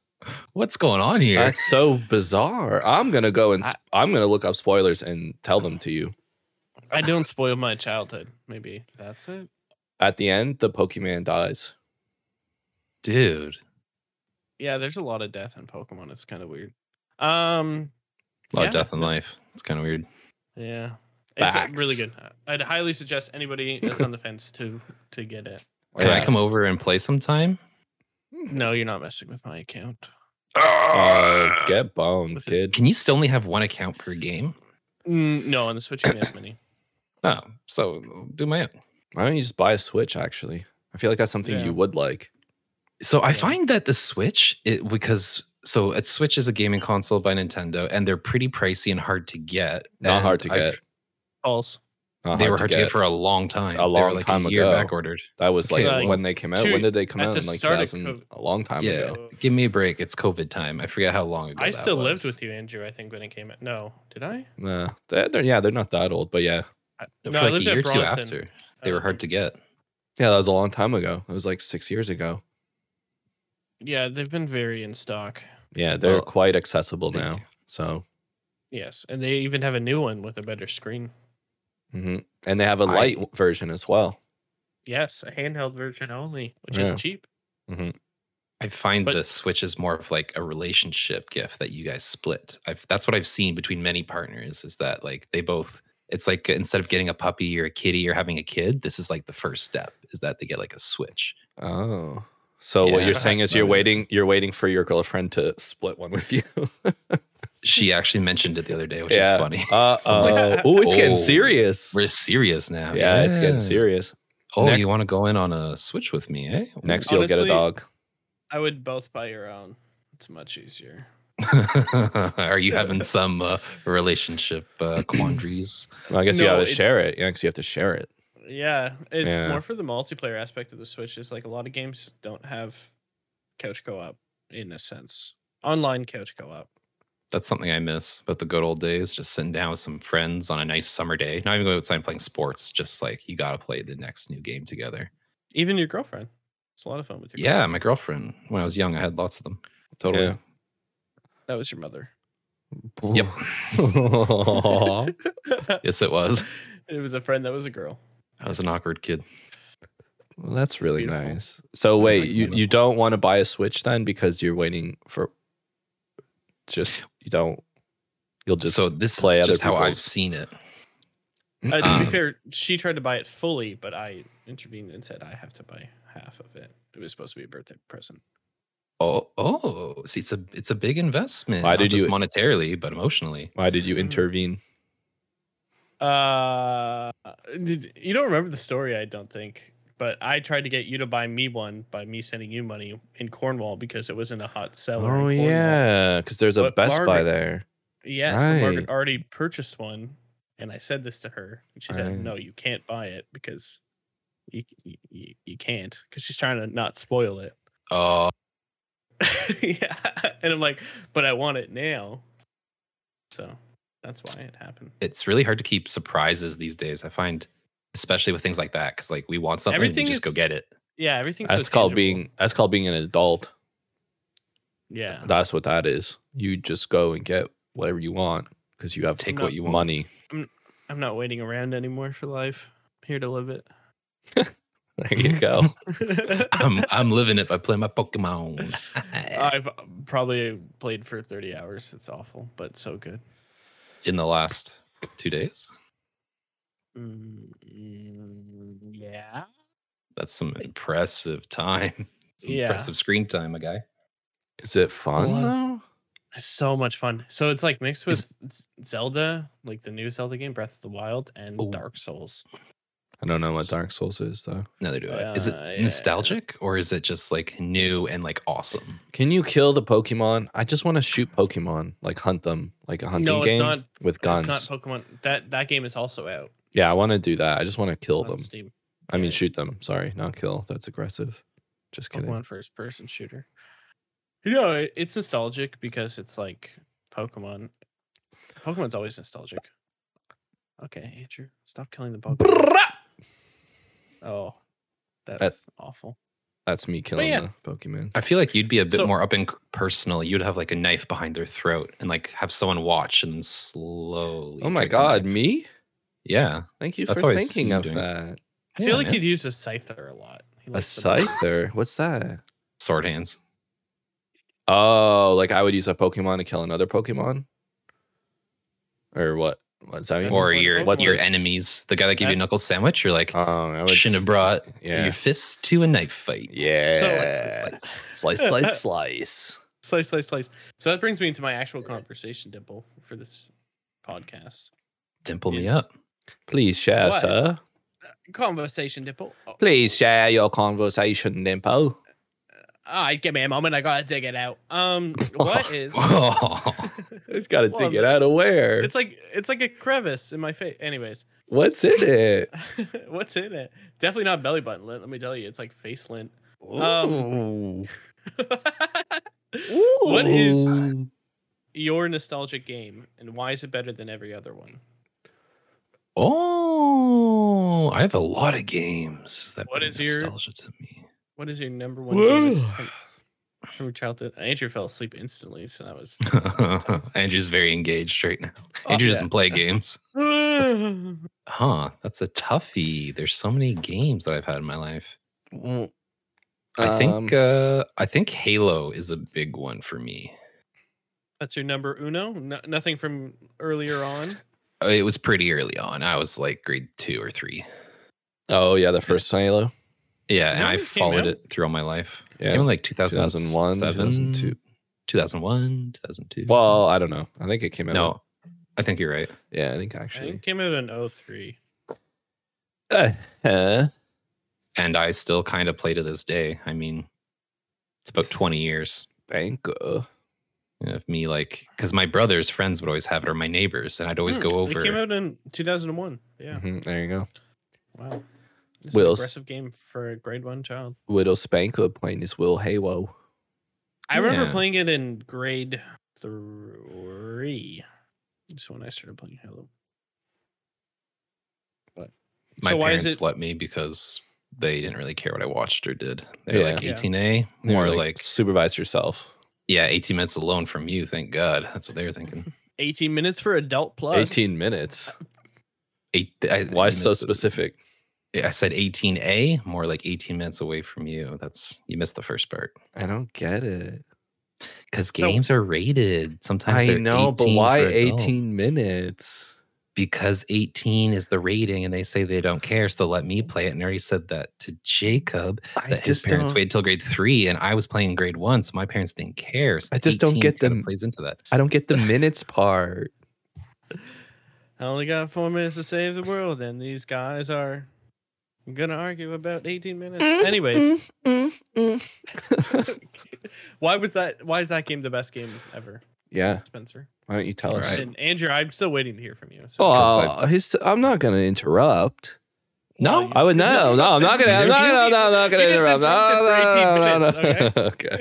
S2: What's going on here?
S1: That's so bizarre. I'm gonna go and
S3: I-
S1: sp- I'm gonna look up spoilers and tell them to you.
S3: I don't spoil my childhood. Maybe that's it.
S1: At the end, the Pokemon dies.
S2: Dude,
S3: Yeah, there's a lot of death in Pokemon. It's kind of weird. Um,
S2: a lot of
S3: Yeah.
S2: death in life. It's kind of weird.
S3: Yeah. It's uh, really
S1: Facts.
S3: good. I'd highly suggest anybody that's on the fence to to get it.
S2: Can I
S1: Yeah.
S2: come over and play sometime?
S3: No, you're not messing with my account.
S1: Uh, get boned,
S3: This is-
S1: kid.
S2: Can you still only have one account per game?
S3: Mm, no, on the Switch you can have many.
S2: Oh, so I'll do my own.
S1: Why don't you just buy a Switch? Actually, I feel like that's something
S3: Yeah.
S1: you would like.
S2: So I
S3: Yeah.
S2: find that the Switch, it, because so it Switch is a gaming console by Nintendo, and they're pretty pricey and hard to get.
S1: Not
S2: and
S1: hard to
S2: I've-
S1: get.
S3: False.
S1: Not
S2: They were hard to get. for a long time.
S1: A
S2: They were
S1: long
S2: like
S1: time
S2: a year
S1: ago.
S2: Back ordered.
S1: that was like,
S2: Okay,
S3: well,
S1: when they came out.
S3: two-
S1: when did they come
S3: at
S1: out?
S3: the
S1: In like
S3: start of
S1: 2000,
S3: COVID.
S1: a long time
S2: Yeah.
S1: ago.
S2: Give me a break. It's COVID time. I forget how long ago.
S3: I
S2: that
S3: still lived
S2: was.
S3: with you, Andrew. I think when it came out. No, did I?
S1: Nah, they're, they're- yeah, they're not that old, but yeah,
S3: I
S2: for
S3: no, I
S2: like a
S3: lived
S2: year or
S3: at
S2: two
S3: Bronson. Uh,
S2: after.
S3: I
S2: They were
S3: lived
S2: hard
S3: in-
S2: to get.
S1: yeah, that was a long time ago. It was like six years ago.
S3: Yeah, they've been very in stock.
S1: Yeah, they're
S2: Well,
S1: quite accessible
S2: thank
S1: now.
S2: you.
S1: So,
S3: Yes, and they even have a new one with a better screen.
S1: hmm and they have a
S2: I-
S1: light version as well.
S3: Yes, a handheld version only, which
S1: Yeah.
S3: is cheap.
S2: I find
S3: But-
S2: the Switch is more of like a relationship gift that you guys split. I've, that's what I've seen between many partners is that like they both. It's like instead of getting a puppy or a kitty or having a kid, this is like the first step is that they get like a Switch.
S1: Oh, so what
S2: Yeah,
S1: you're saying is
S2: that's
S1: you're
S2: what it is.
S1: waiting, you're waiting for your girlfriend to split one with you.
S2: She actually mentioned it the other day, which
S1: Yeah.
S2: is funny.
S1: Uh
S2: So I'm
S1: oh,
S2: like,
S1: oh, it's getting
S2: "Oh,
S1: serious.
S2: We're serious now.
S1: Yeah, it's getting serious.
S2: Oh,
S1: Next-
S2: you want to go in on a Switch with me, eh?
S1: Next, you'll get a
S3: Honestly-
S1: dog.
S3: I would both buy your own. It's much easier.
S2: Are you having some uh, relationship uh, quandaries?
S1: Well, I guess you
S3: No,
S1: got to
S3: it's-
S1: share it. Yeah, 'cause you have to share it.
S3: Yeah, it's
S1: Yeah.
S3: more for the multiplayer aspect of the Switch. Is like a lot of games don't have couch co-op in a sense, online couch co-op.
S2: That's something I miss about the good old days, just sitting down with some friends on a nice summer day. Not even going outside and playing sports, just like you got to play the next new game together.
S3: Even your girlfriend, it's a lot of fun with your.
S2: Yeah,
S3: girlfriend.
S2: my girlfriend, when I was young, I had lots of them. Totally.
S1: Yeah.
S3: that was your mother.
S2: Yep.
S1: Yep.
S2: Yes, it was.
S3: it was a friend that was a girl.
S2: I was an
S3: Yes.
S2: awkward kid.
S1: well, that's
S3: It's
S1: really
S3: beautiful.
S1: nice. So
S2: Yeah,
S1: wait,
S2: like
S1: you, you
S2: beautiful.
S1: don't want to buy a Switch then because you're waiting for just you don't you'll just
S2: so this
S1: play
S2: is
S1: other
S2: just how I've
S1: people's-
S2: seen it.
S3: Uh, to
S2: Um,
S3: be fair, she tried to buy it fully, but I intervened and said I have to buy half of it. It was supposed to be a birthday present.
S2: Oh, oh, see, it's a it's a big investment.
S1: Why
S2: not
S1: did
S2: just
S1: you-
S2: monetarily, but emotionally?
S1: why did you intervene?
S3: Uh, did- you don't remember the story, I don't think. But I tried to get you to buy me one by me sending you money in Cornwall because it was in a hot seller. in
S1: Oh
S3: Cornwall.
S1: yeah, because there's a
S3: But
S1: Best Buy
S3: Margaret-
S1: there.
S3: Yes, but
S1: Right.
S3: Margaret already purchased one, and I said this to her, and she said,
S1: Right.
S3: "No, you can't buy it because you you- you, you can't because she's trying to not spoil it."
S2: Oh,
S3: yeah, and I'm like, "But I want it now," so that's why it happened.
S2: it's really hard to keep surprises these days. I find especially with things like that. Cause like we want something, we
S3: Everything
S2: just go
S3: is-
S2: get it.
S3: Yeah, everything's so
S1: That's called
S3: tangible.
S1: being that's called being an adult.
S3: Yeah.
S1: That's what that is. You just go and get whatever you want because you have
S2: Take
S3: No.
S2: what you want.
S1: money.
S3: I'm not waiting around anymore for life. I'm here to live it.
S1: There you go.
S2: I'm I'm living it by playing my Pokemon.
S3: I've uh, probably played for 30 hours. It's awful, but so good.
S2: In the last two days.
S1: Mm,
S3: Yeah.
S2: That's some impressive time. Some
S3: Yeah.
S2: Impressive screen time, my guy.
S1: is it fun
S3: Well,
S1: though?
S3: It's so much fun. So it's like mixed
S2: Is-
S3: with Z- Zelda, like the new Zelda game, Breath of the Wild, and
S2: Oh.
S3: Dark Souls.
S1: I don't know what Dark Souls is though.
S2: Neither do I. Is it
S3: Uh, yeah.
S2: nostalgic or is it just like new and like awesome?
S1: Can you kill the Pokemon? I just want to shoot Pokemon, like hunt them, like a hunting
S3: no,
S1: game
S3: it's not.
S1: with guns.
S3: It's not Pokemon. That that game is also out.
S1: yeah, I want to do that. I just want to kill
S3: on
S1: them.
S3: Steam.
S1: I
S3: Yeah.
S1: mean, shoot them. Sorry, not kill. That's aggressive. Just kidding.
S3: Pokemon first person shooter. No, it, it's nostalgic because it's like Pokemon. Pokemon's always nostalgic. Okay, Andrew, stop killing the Pokemon.
S1: Brrrah!
S3: Oh, that's awful.
S1: That's me killing
S3: yeah.
S1: the Pokemon.
S2: I feel like you'd be a bit
S3: So-
S2: more up and c- personal. You'd have like a knife behind their throat and like have someone watch and slowly.
S1: Oh my
S2: take the
S1: god,
S2: knife.
S1: me?
S2: Yeah.
S1: Thank you
S2: That's
S1: for
S2: how I see
S1: thinking
S2: you
S1: of
S2: doing it.
S1: that.
S3: I feel
S2: Yeah,
S3: like
S2: man.
S3: he'd use a Scyther a lot. He
S1: A
S3: likes the moves.
S1: scyther? What's that?
S2: Sword hands.
S1: Oh, like I would use a Pokemon to kill another Pokemon? Or what? What's that mean?
S3: That's
S2: Or
S3: what
S2: your
S3: Pokemon-
S2: your enemies. The guy that gave you a
S3: That's-
S2: knuckle sandwich, you're like,
S1: Oh, I would-
S2: shouldn't have brought
S1: yeah.
S2: your fists to a knife fight.
S1: Yeah.
S3: slice,
S1: slice, slice, slice.
S3: Slice, slice, slice. So that brings me into my actual conversation, Dimple, for this podcast.
S2: Dimple me
S3: Yes.
S2: up.
S1: Please share,
S3: What?
S1: sir.
S3: Conversation, Dimple. Oh,
S1: Please share your conversation, Dimple.
S3: all right, ah, give me a moment. I gotta dig it out. Um, what is?
S2: Oh.
S1: It's got to
S3: Well,
S1: dig it out of where?
S3: It's like it's like a crevice in my face. Anyways,
S1: What's in it?
S3: what's in it? Definitely not belly button lint. Let me tell you, it's like face lint.
S1: Ooh.
S3: Um, what is-
S1: Ooh.
S3: Your nostalgic game, and why is it better than every other one?
S2: Oh, I have a lot of games that
S3: What
S2: bring
S3: is your-
S2: nostalgia to me.
S3: What is your number one
S1: Whoa.
S3: game from, from your childhood? Andrew fell asleep instantly, so that was.
S2: Andrew's very engaged right now.
S1: Oh,
S2: Andrew
S1: yeah.
S2: doesn't play games. Huh, that's a toughie. There's so many games that I've had in my life.
S1: Mm.
S2: I think
S1: Um,
S2: uh I think Halo is a big one for me.
S3: That's your number uno. No, nothing from earlier on.
S2: Uh, It was pretty early on. I was like grade 2 or 3.
S1: oh yeah, the first Halo.
S2: Yeah,
S3: Is
S2: and
S3: that
S2: I
S3: when it came
S2: followed
S3: out?
S2: it through all my life.
S1: Yeah.
S2: Yeah, like
S1: 2001,
S2: 2001,
S1: 2002.
S2: 2001, 2002.
S1: Well, I don't know. I think it came out.
S2: no. I think you're right.
S1: Yeah, I think
S3: I think
S1: actually.
S3: it came out in 03.
S1: Uh-huh.
S2: and I still kind of play to this day. I mean, it's about 20 years
S1: Banco.
S2: of me like because my brother's friends would always have it or my neighbors, and I'd always
S3: Hmm,
S2: go
S3: It came
S2: over.
S3: out in 2001. Yeah.
S1: Mhm, there you go.
S3: Wow. It's an
S1: Wills.
S3: aggressive game for a grade one child.
S1: Widow Spanko playing his Will Haywo.
S3: I remember
S2: Yeah.
S3: playing it in grade three. That's when I started playing Halo. But
S2: My
S3: so why is
S2: parents
S3: it?
S2: let me because they didn't really care what I watched or did. They were like
S3: Yeah. Yeah.
S2: 18A,
S1: They were
S2: more like
S1: supervise yourself.
S2: yeah, 18 minutes alone from you. Thank God, that's what they were thinking.
S3: 18 minutes for adult plus.
S1: 18 minutes.
S2: Eight. I,
S1: Why
S2: I
S1: so
S2: missed it.
S1: specific?
S2: I said 18A, more like 18 minutes away from you. That's you missed the first part.
S1: I don't get it.
S2: Because
S3: No.
S2: games are rated. Sometimes
S1: I
S2: they're
S1: know, but
S2: 18
S1: why
S2: for adults.
S1: 18 minutes?
S2: because 18 is the rating and they say they don't care. So let me play it. And I already said that to Jacob
S1: Mm. I
S2: that his
S1: just
S2: parents
S1: don't,
S2: waited till grade three and I was playing grade one. So my parents didn't care. So
S1: I just don't
S2: 18
S1: get
S2: kinda
S1: them.
S2: plays into that.
S1: I don't get the minutes part.
S3: I only got four minutes to save the world, and these guys are gonna argue about 18 minutes. Anyways, why was that? Why is that game the best game ever,
S1: yeah.
S3: Spencer?
S1: Why don't you tell
S2: All
S1: us?
S2: right.
S3: And Andrew, I'm still waiting to hear from you. So.
S1: Oh,
S2: Because
S1: his, I'm not going to interrupt.
S2: No,
S1: I would
S3: Is that-
S1: no, no, I'm not gonna, I'm not gonna, no, I'm not gonna
S3: You just
S1: interrupt. No, no, no,
S3: interrupted for 18
S1: no,
S3: minutes,
S1: no. Okay,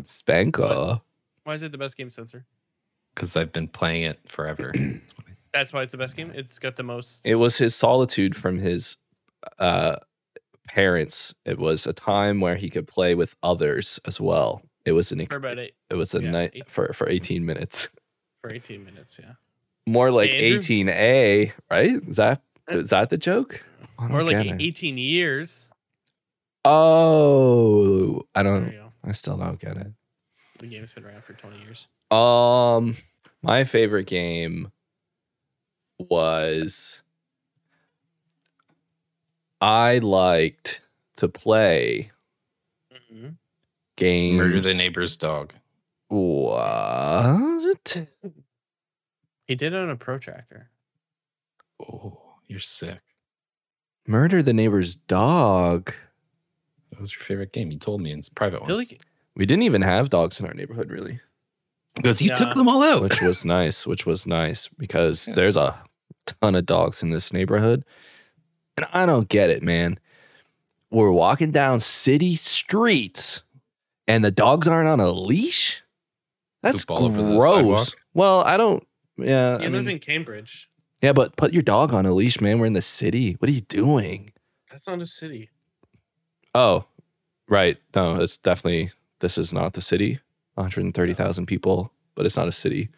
S1: Spanko.
S3: Why is it the best game, Spencer?
S2: because I've been playing it forever.
S3: That's why it's the best
S2: Uh,
S3: game. It's got the most.
S1: It was his solitude from his uh, parents. It was a time where he could play with others as well. It was an ex-
S3: for about eight,
S1: it was a
S3: yeah,
S1: night
S3: eight-
S1: for for 18 minutes.
S3: for eighteen minutes. Yeah,
S1: More like
S3: Andrew?
S1: 18A, right? Is that is that the joke? I don't
S3: or like
S1: get it.
S3: eighteen years.
S1: Oh, I
S3: There you
S1: don't
S3: go.
S1: I still don't get it.
S3: The game's been around for twenty years.
S1: Um, my favorite game was I liked to play
S3: Mhm.
S1: games.
S2: Murder the neighbor's dog.
S1: What?
S3: He did own a protractor.
S2: Oh, you're sick.
S1: Murder the neighbor's dog.
S2: That was your favorite game. You told me in private
S3: I feel
S2: ones.
S3: like
S1: We didn't even have dogs in our neighborhood, really,
S2: Because you
S3: Nah.
S2: took them all out.
S1: which was nice. Which was nice because
S2: Oh. Yeah.
S1: there's a ton of dogs in this neighborhood, and I don't get it, man. We're walking down city streets, and the dogs aren't on a leash. That's
S2: Poop all over the
S1: gross.
S2: sidewalk?
S1: Well, I don't. Yeah,
S3: you
S1: I
S3: live
S1: mean-
S3: in Cambridge.
S1: yeah, but put your dog on a leash, man. We're in the city. What are you doing?
S3: That's not a city.
S1: Oh, right. No, it's definitely this is not the city. 130,000 people, but it's not a city.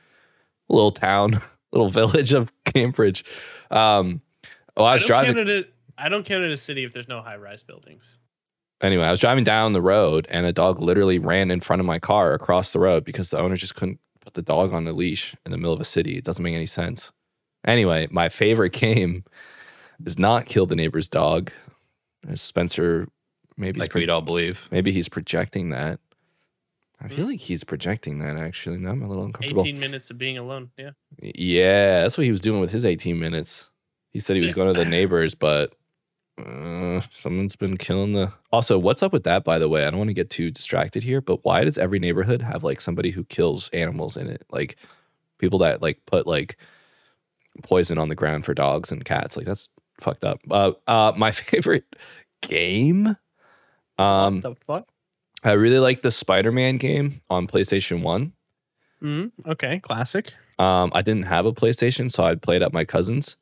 S1: little town, little village of Cambridge. Um, well, I was
S3: don't
S1: driving
S3: Count it a, I don't count it as city if there's no high-rise buildings.
S1: anyway. I was driving down the road, and a dog literally ran in front of my car across the road because the owner just couldn't put the dog on a leash in the middle of a city. It doesn't make any sense. Anyway, my favorite game is not kill the neighbor's dog. As Spencer, maybe
S2: like we'd all believe.
S1: Maybe he's projecting that. I feel
S3: Hmm.
S1: like he's projecting that actually. Now I'm a little uncomfortable.
S3: Eighteen minutes of being alone. Yeah.
S1: Yeah, that's what he was doing with his 18 minutes. He said he was
S3: Yeah.
S1: going to the neighbors, but uh, someone's been killing the. Also, what's up with that, by the way? I don't want to get too distracted here, but why does every neighborhood have like somebody who kills animals in it? Like people that like put like poison on the ground for dogs and cats. Like that's fucked up. Uh, uh, my favorite game. Um,
S3: the fuck?
S1: I really like the Spider-Man game on PlayStation One.
S3: Mm, okay, classic.
S1: Um, I didn't have a PlayStation, so I'd play it at my cousin's.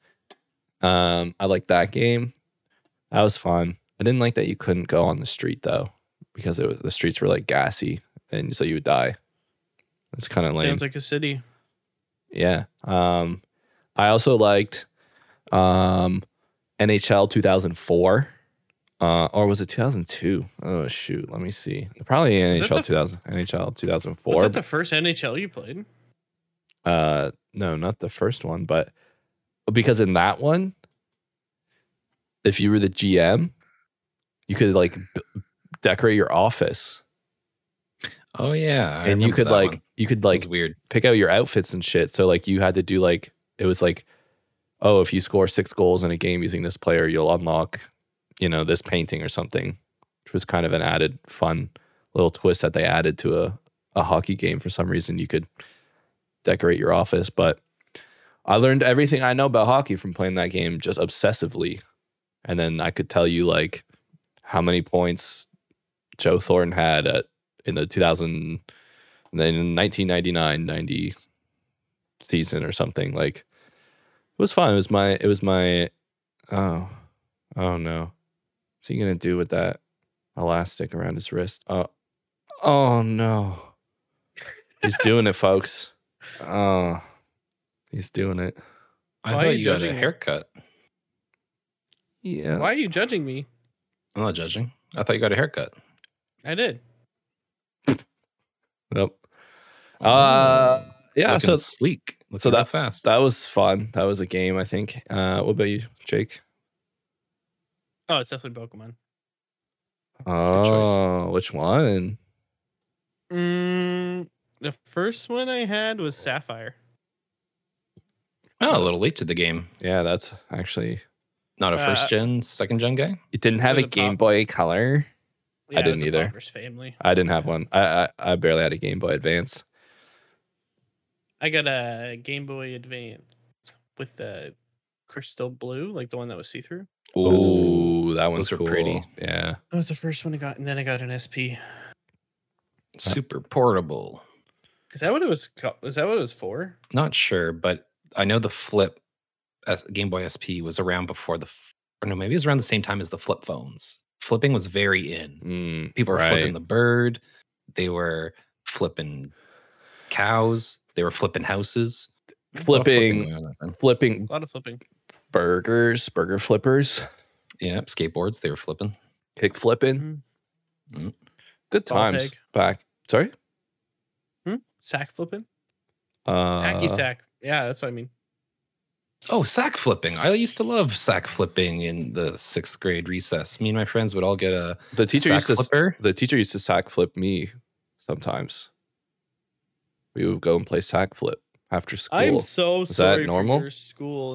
S1: Um, I liked that game. That was fun. I didn't like that you couldn't go on the street though, because it was, the streets were like gassy, and so you would die. It's kind of lame.
S3: Sounds like a city.
S1: yeah. Um, I also liked um, NHL 2004. Uh, or was it 2002? Oh shoot, let me see. Probably
S3: that
S1: NHL
S3: the f-
S1: 2000, NHL 2004.
S3: Was
S1: but-
S3: that the first NHL you played?
S1: uh no not the first one but because in that one if you were the gm you could like b- decorate your office
S2: Oh yeah. I
S1: and you
S2: remember
S1: could
S2: that
S1: like
S2: one.
S1: you could
S2: That
S1: like
S2: was weird.
S1: pick out your outfits and shit so like you had to do like it was like oh if you score six goals in a game using this player you'll unlock you know this painting or something which was kind of an added fun little twist that they added to a, a hockey game for some reason you could decorate your office but i learned everything i know about hockey from playing that game just obsessively and then i could tell you like how many points joe thornton had at, in the 2000 and then in 1999 90 season or something like it was fun it was my it was my oh oh no what's he gonna do with that elastic around his wrist oh oh no he's doing it folks oh he's doing it
S2: I
S3: Why are
S2: thought
S3: you
S2: you got a
S3: judging me?
S2: haircut.
S1: yeah
S3: Why are you judging me?
S2: I'm not judging. I thought you got a haircut.
S3: I did.
S1: nope uh yeah
S2: Looking
S1: so
S2: sleek.
S1: so
S2: so that fast.
S1: that was fun that was a game i think uh what about you jake
S3: Oh, it's definitely Pokemon.
S2: choice.
S1: oh which one
S3: Mm, the first one I had was Sapphire.
S2: oh, a little late to the game.
S1: yeah that's actually
S2: Not a
S3: Uh,
S2: first gen, second gen guy.
S1: It didn't have a
S3: There's a
S1: Game
S3: pop-
S1: Boy Color.
S3: it
S1: didn't
S3: was a
S1: either.
S3: Palmer's family.
S1: I didn't have one. I, I I barely had a Game Boy Advance.
S3: I got a Game Boy Advance with the crystal blue, like the one that was see through.
S2: Those are-
S1: Ooh, that one's
S2: those are
S1: cool.
S2: pretty.
S1: Yeah.
S3: That was the first one I got, and then I got an SP.
S2: super portable.
S3: Is that what it was? co- Is that what it was for?
S2: Not sure, but I know the flip as Game Boy SP was around before the, f- or no, maybe it was around the same time as the flip phones. Flipping was very in.
S1: Mm,
S2: People were
S1: right.
S2: flipping the bird. They were flipping cows. They were flipping houses. uh, A lot of
S1: flipping,
S2: around that time.
S1: flipping
S3: A lot of flipping.
S1: burgers, burger flippers,
S2: Yeah, skateboards. They were flipping.
S1: kick flipping.
S2: Mhm.
S1: Mm-hmm. Good
S3: Ball
S1: times
S3: tag.
S1: back. Sorry,
S3: Sack flipping.
S1: uh,
S3: Hacky sack. Yeah, that's what I mean.
S2: Oh, sack flipping. I used to love sack flipping in the sixth grade recess. Me and my friends would all get a
S1: The teacher
S2: sack
S1: used to s-
S2: flipper.
S1: the teacher used to sack flip me sometimes. We would go and play sack flip after school.
S3: I am so
S1: that
S3: sorry
S1: normal?
S3: for your school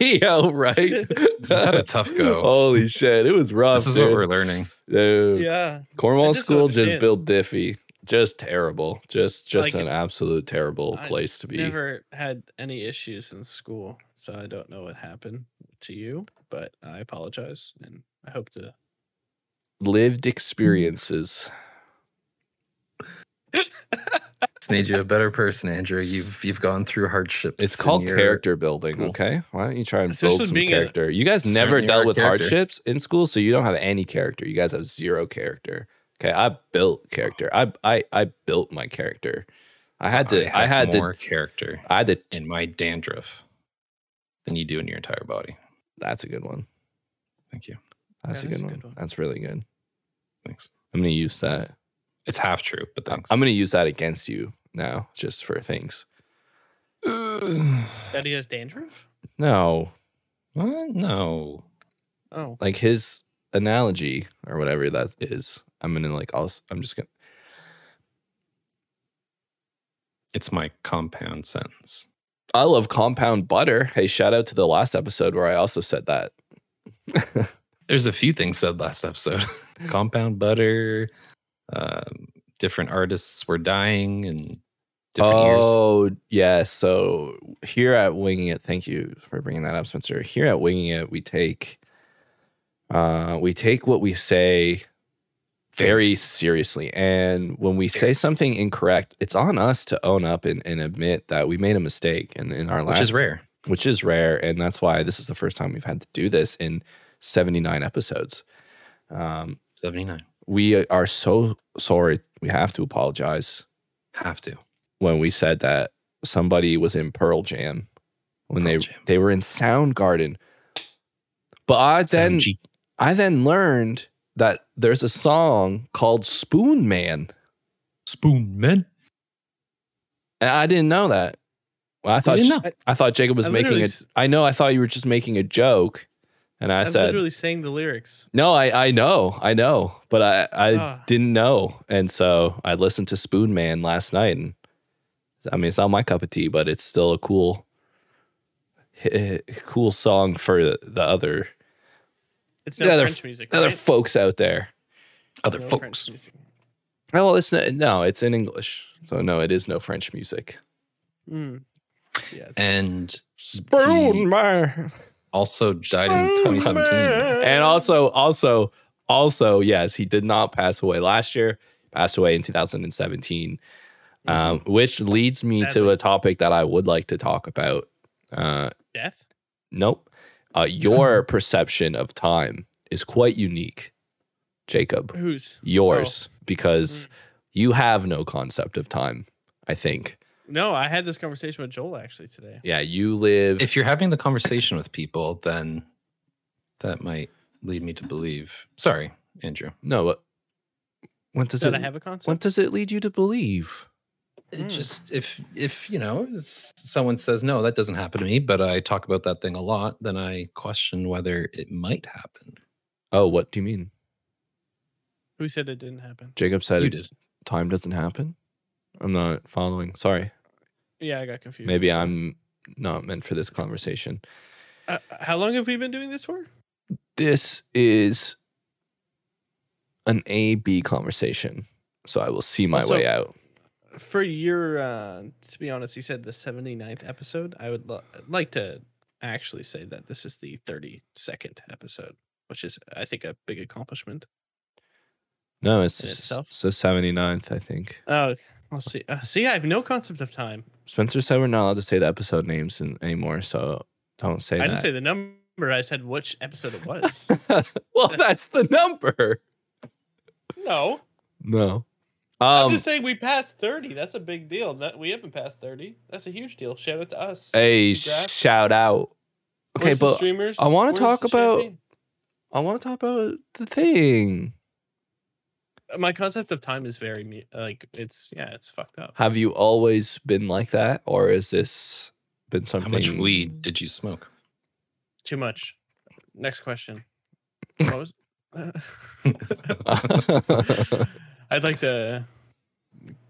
S1: Yo, right?
S2: had a tough go.
S1: Holy shit, it was rough.
S2: This is
S1: dude.
S2: what we're learning.
S1: Dude,
S3: yeah. I
S1: Cornwall
S3: just don't
S1: School just
S3: understand.
S1: built Diffie. Just terrible. Just just
S3: Like,
S1: an absolute terrible
S3: I
S1: place to be.
S3: Never had any issues in school, so I don't know what happened to you, but I apologize and I hope to
S1: Lived experiences.
S2: Hmm. It's made you a better person, Andrew. You've you've gone through hardships.
S1: It's
S2: in
S1: called
S2: your-
S1: character building.
S2: Cool.
S1: Okay. Why don't you try and
S3: Especially
S1: build some
S3: being a-
S1: character? you guys never
S2: Certainly
S1: dealt
S2: are
S1: with
S2: character.
S1: hardships in school, so you don't have any character. You guys have zero character. Okay. I built character. I I I built my character. I had to I,
S2: have
S1: had
S2: more character
S1: to I had to
S2: in my dandruff than you do in your entire body.
S1: that's a good one.
S2: Thank you.
S1: That's
S3: Yeah,
S1: a, good, one. That's really good.
S2: Thanks.
S1: I'm gonna use that.
S2: It's half true, but thanks.
S1: I'm gonna use that against you now, just for things.
S2: gonna.
S3: That he has dandruff?
S1: No,
S2: What? No.
S3: Oh.
S1: like his analogy or whatever that is. I'm gonna like. I'll, s- I'm just gonna.
S2: It's my compound sentence.
S1: I love compound butter. Hey, shout out to the last episode where I also said that.
S2: There's a few things said last episode. compound butter. Um, different artists were dying and different years.
S1: oh yeah. So here at Winging It, thank you for bringing that up, Spencer. Here at Winging It, we take, uh, we take what we say very seriously. And when we say
S2: Very
S1: something
S2: seriously.
S1: incorrect, it's on us to own up and, and admit that we made a mistake and in our last
S2: which is rare.
S1: which is rare. And that's why this is the first time we've had to do this in 79 episodes. Um,
S2: 79.
S1: we are so sorry. We have to apologize
S2: Have to.
S1: when we said that somebody was in Pearl Jam when
S2: Pearl
S1: they
S2: Jam.
S1: they were in Soundgarden. But I then
S2: 7G.
S1: I then learned that there's a song called Spoon Man.
S2: Spoon Man.
S1: And I didn't know that. Well, I thought
S2: didn't know.
S1: I thought Jacob was
S3: I
S1: making
S3: literally
S1: a.
S3: s-
S1: I know. I thought you were just making a joke, and I,
S3: I,
S1: said,
S3: literally sang the lyrics.
S1: "No, I I know, I know," but I I
S3: Ah.
S1: didn't know, and so I listened to Spoon Man last night, and I mean, it's not my cup of tea, but it's still a cool, cool song for the, the other
S3: It's
S1: The
S3: not
S1: other-
S3: French music.
S1: other
S3: right?
S1: folks out there.
S2: Other
S3: No French
S2: folks.
S3: music.
S1: Oh, well, it's no, no, it's in English, so no, it is no French music.
S3: Mm. Yeah, it's-
S2: And
S1: Spoon Man.
S2: also died in 2017.
S1: And also, also, also, yes, he did not pass away last year. Passed away in 2017,
S3: Hmm.
S1: um, which leads me to
S3: Mm-hmm. Sadly.
S1: a topic that I would like to talk about. Uh,
S3: death.
S1: nope, uh, your perception of time is quite unique, Jacob.
S3: Who's? Oh.
S1: Yours, because
S3: Mm-hmm.
S1: you have no concept of time. I think.
S3: No, I had this conversation with Joel actually today.
S1: Yeah, you live.
S2: If you're having the conversation with people, then that might lead me to believe. Sorry, Andrew.
S1: no, what, what does
S3: Did
S1: it?
S3: I have a concept?
S1: what does it lead you to believe?
S2: It
S1: Hmm.
S3: Mm.
S2: just if if you know s- someone says no, that doesn't happen to me, but I talk about that thing a lot, then I question whether it might happen.
S1: Oh, what do you mean?
S3: Who said it didn't happen?
S1: Jacob said
S2: You
S1: it-
S2: did.
S1: time doesn't happen. I'm not following. Sorry.
S3: Yeah, I got confused.
S1: Maybe I'm not meant for this conversation.
S3: Uh, how long have we been doing this for?
S1: This is an A B conversation. So I will see my
S3: Also-
S1: way out.
S3: For your, uh, to be honest, you said the 79th episode. I would lo- like to actually say that this is the 32nd episode, which is, I think, a big accomplishment.
S1: No, it's
S3: In
S1: s-
S3: itself?
S1: so 79th, I think.
S3: Oh, I'll see. Uh, see, I have no concept of time.
S1: Spencer said we're not allowed to say the episode names in, anymore, so don't say
S3: I
S1: that.
S3: didn't say the number. I said which episode it was.
S1: well, that's the number.
S3: no,
S1: No.
S3: I'm
S1: Um,
S3: just saying we passed 30. That's a big deal. That- we haven't passed 30. That's a huge deal. Shout out to us.
S1: hey,
S3: Congrats.
S1: shout out. Okay,
S3: Where's the
S1: but
S3: streamers?
S1: I wanna
S3: Where's
S1: talk
S3: the
S1: about-
S3: champagne?
S1: I want to talk about the thing.
S3: my concept of time is very mu- like it's yeah it's fucked up.
S1: Have you always been like that, or is this been
S2: How
S1: something?
S2: much weed did you smoke?
S3: Too much. Next question. What was- I'd like to.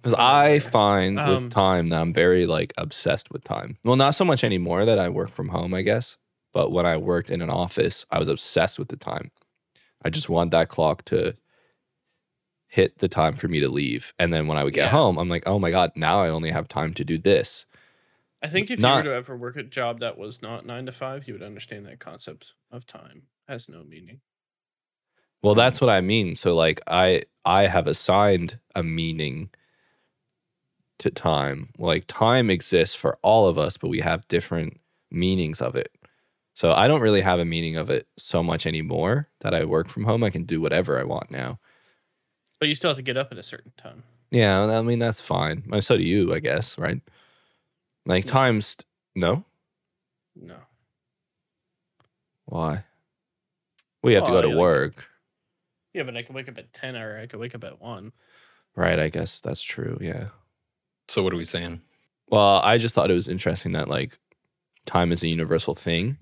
S1: 'Cause I find
S3: Um,
S1: with time that I'm very like obsessed with time. Well, not so much anymore that I work from home, I guess. But when I worked in an office, I was obsessed with the time. I just want that clock to hit the time for me to leave. And then when I would get
S3: Yeah.
S1: home, I'm like, oh my God, now I only have time to do this.
S3: I think if
S1: Not-
S3: you were to ever work a job that was not nine to five, you would understand that concept of time has no meaning.
S1: Well, that's what I mean. So like I I have assigned a meaning to time. Like time exists for all of us, but we have different meanings of it. So I don't really have a meaning of it so much anymore that I work from home. I can do whatever I want now.
S3: But you still have to get up at a certain time.
S1: Yeah, I mean that's fine. Well, So do you, I guess, right? Like time's st- no?
S3: No.
S1: Why? We have to
S3: Well,
S1: go to
S3: yeah, like-
S1: work.
S3: Yeah, but I could wake up at ten or I could wake up at one.
S1: Right, I guess that's true. Yeah.
S2: So what are we saying?
S1: Well, I just thought it was interesting that like time is a universal thing,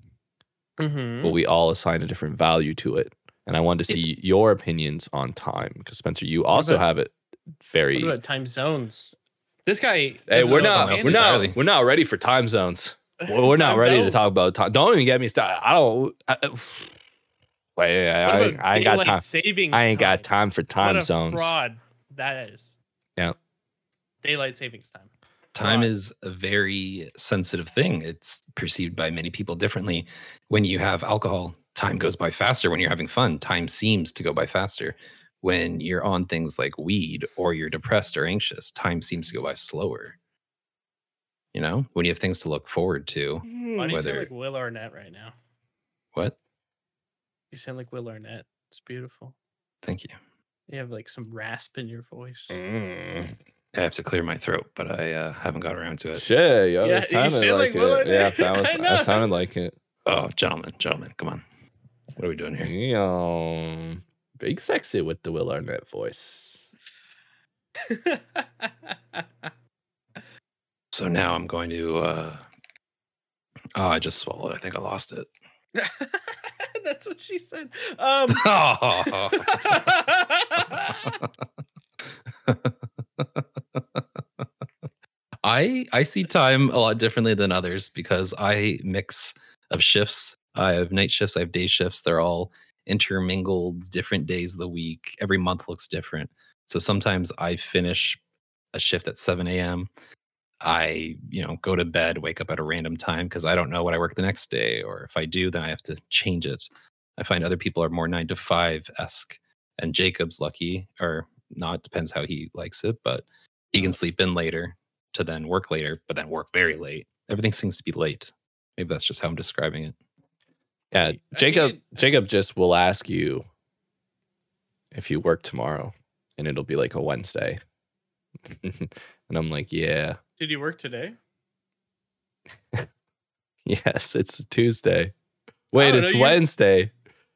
S3: Mm-hmm.
S1: but we all assign a different value to it. And I wanted to see your opinions on time because Spencer, you also
S3: about-
S1: have it very.
S3: What about time zones? This guy.
S1: Hey,
S3: doesn't
S1: we're
S3: know
S1: not,
S2: something
S3: about
S2: else
S1: we're
S2: entirely.
S1: not, we're not ready for time zones. We're we're not
S3: Time
S1: ready to
S3: zones.
S1: talk about time. Don't even get me started. I don't. I, I- wait, I,
S3: What
S1: I,
S3: about
S1: I ain't got
S3: daylight
S1: time.
S3: Savings
S1: I ain't got time for time
S3: what a
S1: zones.
S3: Fraud that is.
S1: Yeah.
S3: Daylight savings time.
S2: Time
S3: Right.
S2: is a very sensitive thing. It's perceived by many people differently. When you have alcohol, time goes by faster. When you're having fun, time seems to go by faster. When you're on things like weed or you're depressed or anxious, time seems to go by slower. You know, when you have things to look forward to,
S1: Hmm.
S3: Why do you sound
S2: Whether-
S3: like Will Arnett right now?
S2: what?
S3: You sound like Will Arnett. It's beautiful.
S2: Thank you.
S3: You have like some rasp in your voice.
S2: I have to clear my throat, but I uh, haven't got around to it.
S1: Shit, yo,
S3: Yeah,
S1: that
S3: you
S1: sounded
S3: sound
S1: like,
S3: like Will
S1: it. Yeah,
S3: Arnett.
S1: that, was,
S3: I know.
S1: that sounded like it.
S2: Oh, gentlemen, gentlemen, come on. What are we doing here?
S1: Damn. Big sexy with the Will Arnett voice.
S2: So now I'm going to. Uh, oh, I just swallowed. I think I lost it.
S3: That's what she said. Um,
S2: Oh. I I see time a lot differently than others because I mix of shifts. I have night shifts, I have day shifts. They're all intermingled, different days of the week. Every month looks different. So sometimes I finish a shift at 7 a.m. I, you know, go to bed, wake up at a random time because I don't know what I work the next day, or if I do, then I have to change it. I find other people are more nine to five esque, and Jacob's lucky or not depends how he likes it, but he can sleep in later to then work later, but then work very late. Everything seems to be late. Maybe that's just how I'm describing it.
S1: Yeah,
S3: I
S1: Jacob.
S3: mean-
S1: Jacob just will ask you if you work tomorrow, and it'll be like a Wednesday, and I'm like, yeah,
S3: Did you work today?
S1: yes, it's Tuesday. Wait,
S3: no,
S1: it's
S3: you-
S1: Wednesday.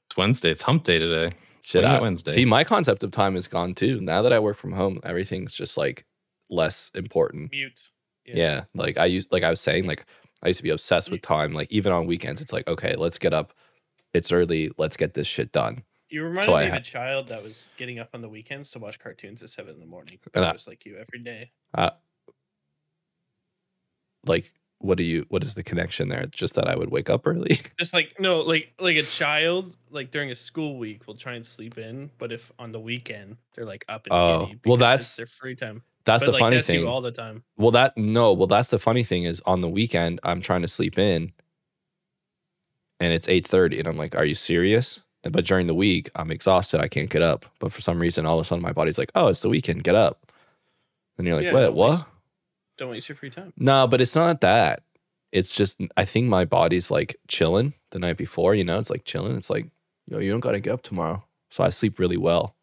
S2: It's Wednesday. It's hump day today.
S1: Should
S2: Wait,
S1: I?
S2: Wednesday.
S1: See, my concept of time is gone too. Now that I work from home, everything's just like less important.
S3: Mute.
S1: Yeah. like I used, like I was saying, like I used to be obsessed with time. Like even on weekends, it's like, okay, let's get up. It's early. Let's get this shit done.
S3: You reminded
S1: So I
S3: me of
S1: ha-
S3: a child that was getting up on the weekends to watch cartoons at seven in the morning.
S1: And I-
S3: Just like you every day.
S1: Like, what do you? What is the connection there? Just that I would wake up early.
S3: Just like no, like like a child, like during a school week, will try and sleep in, but if on the weekend they're like up and
S1: Oh,
S3: giddy
S1: well,
S3: because
S1: that's-
S3: it's their free time.
S1: That's the
S3: but like
S1: funny
S3: that's
S1: thing.
S3: you all the time.
S1: well, that no. Well, that's the funny thing is on the weekend I'm trying to sleep in, and it's eight thirty, and I'm like, "Are you serious?" But during the week I'm exhausted. I can't get up. But for some reason, all of a sudden my body's like, "Oh, it's the weekend. Get up." And you're like,
S3: Yeah,
S1: "Wait,
S3: no,
S1: what?"
S3: it's- Don't waste your free time.
S1: No, but it's not that. It's just I think my body's like chilling the night before. You know, it's like chilling. It's like yo, you don't gotta get up tomorrow, so I sleep really well.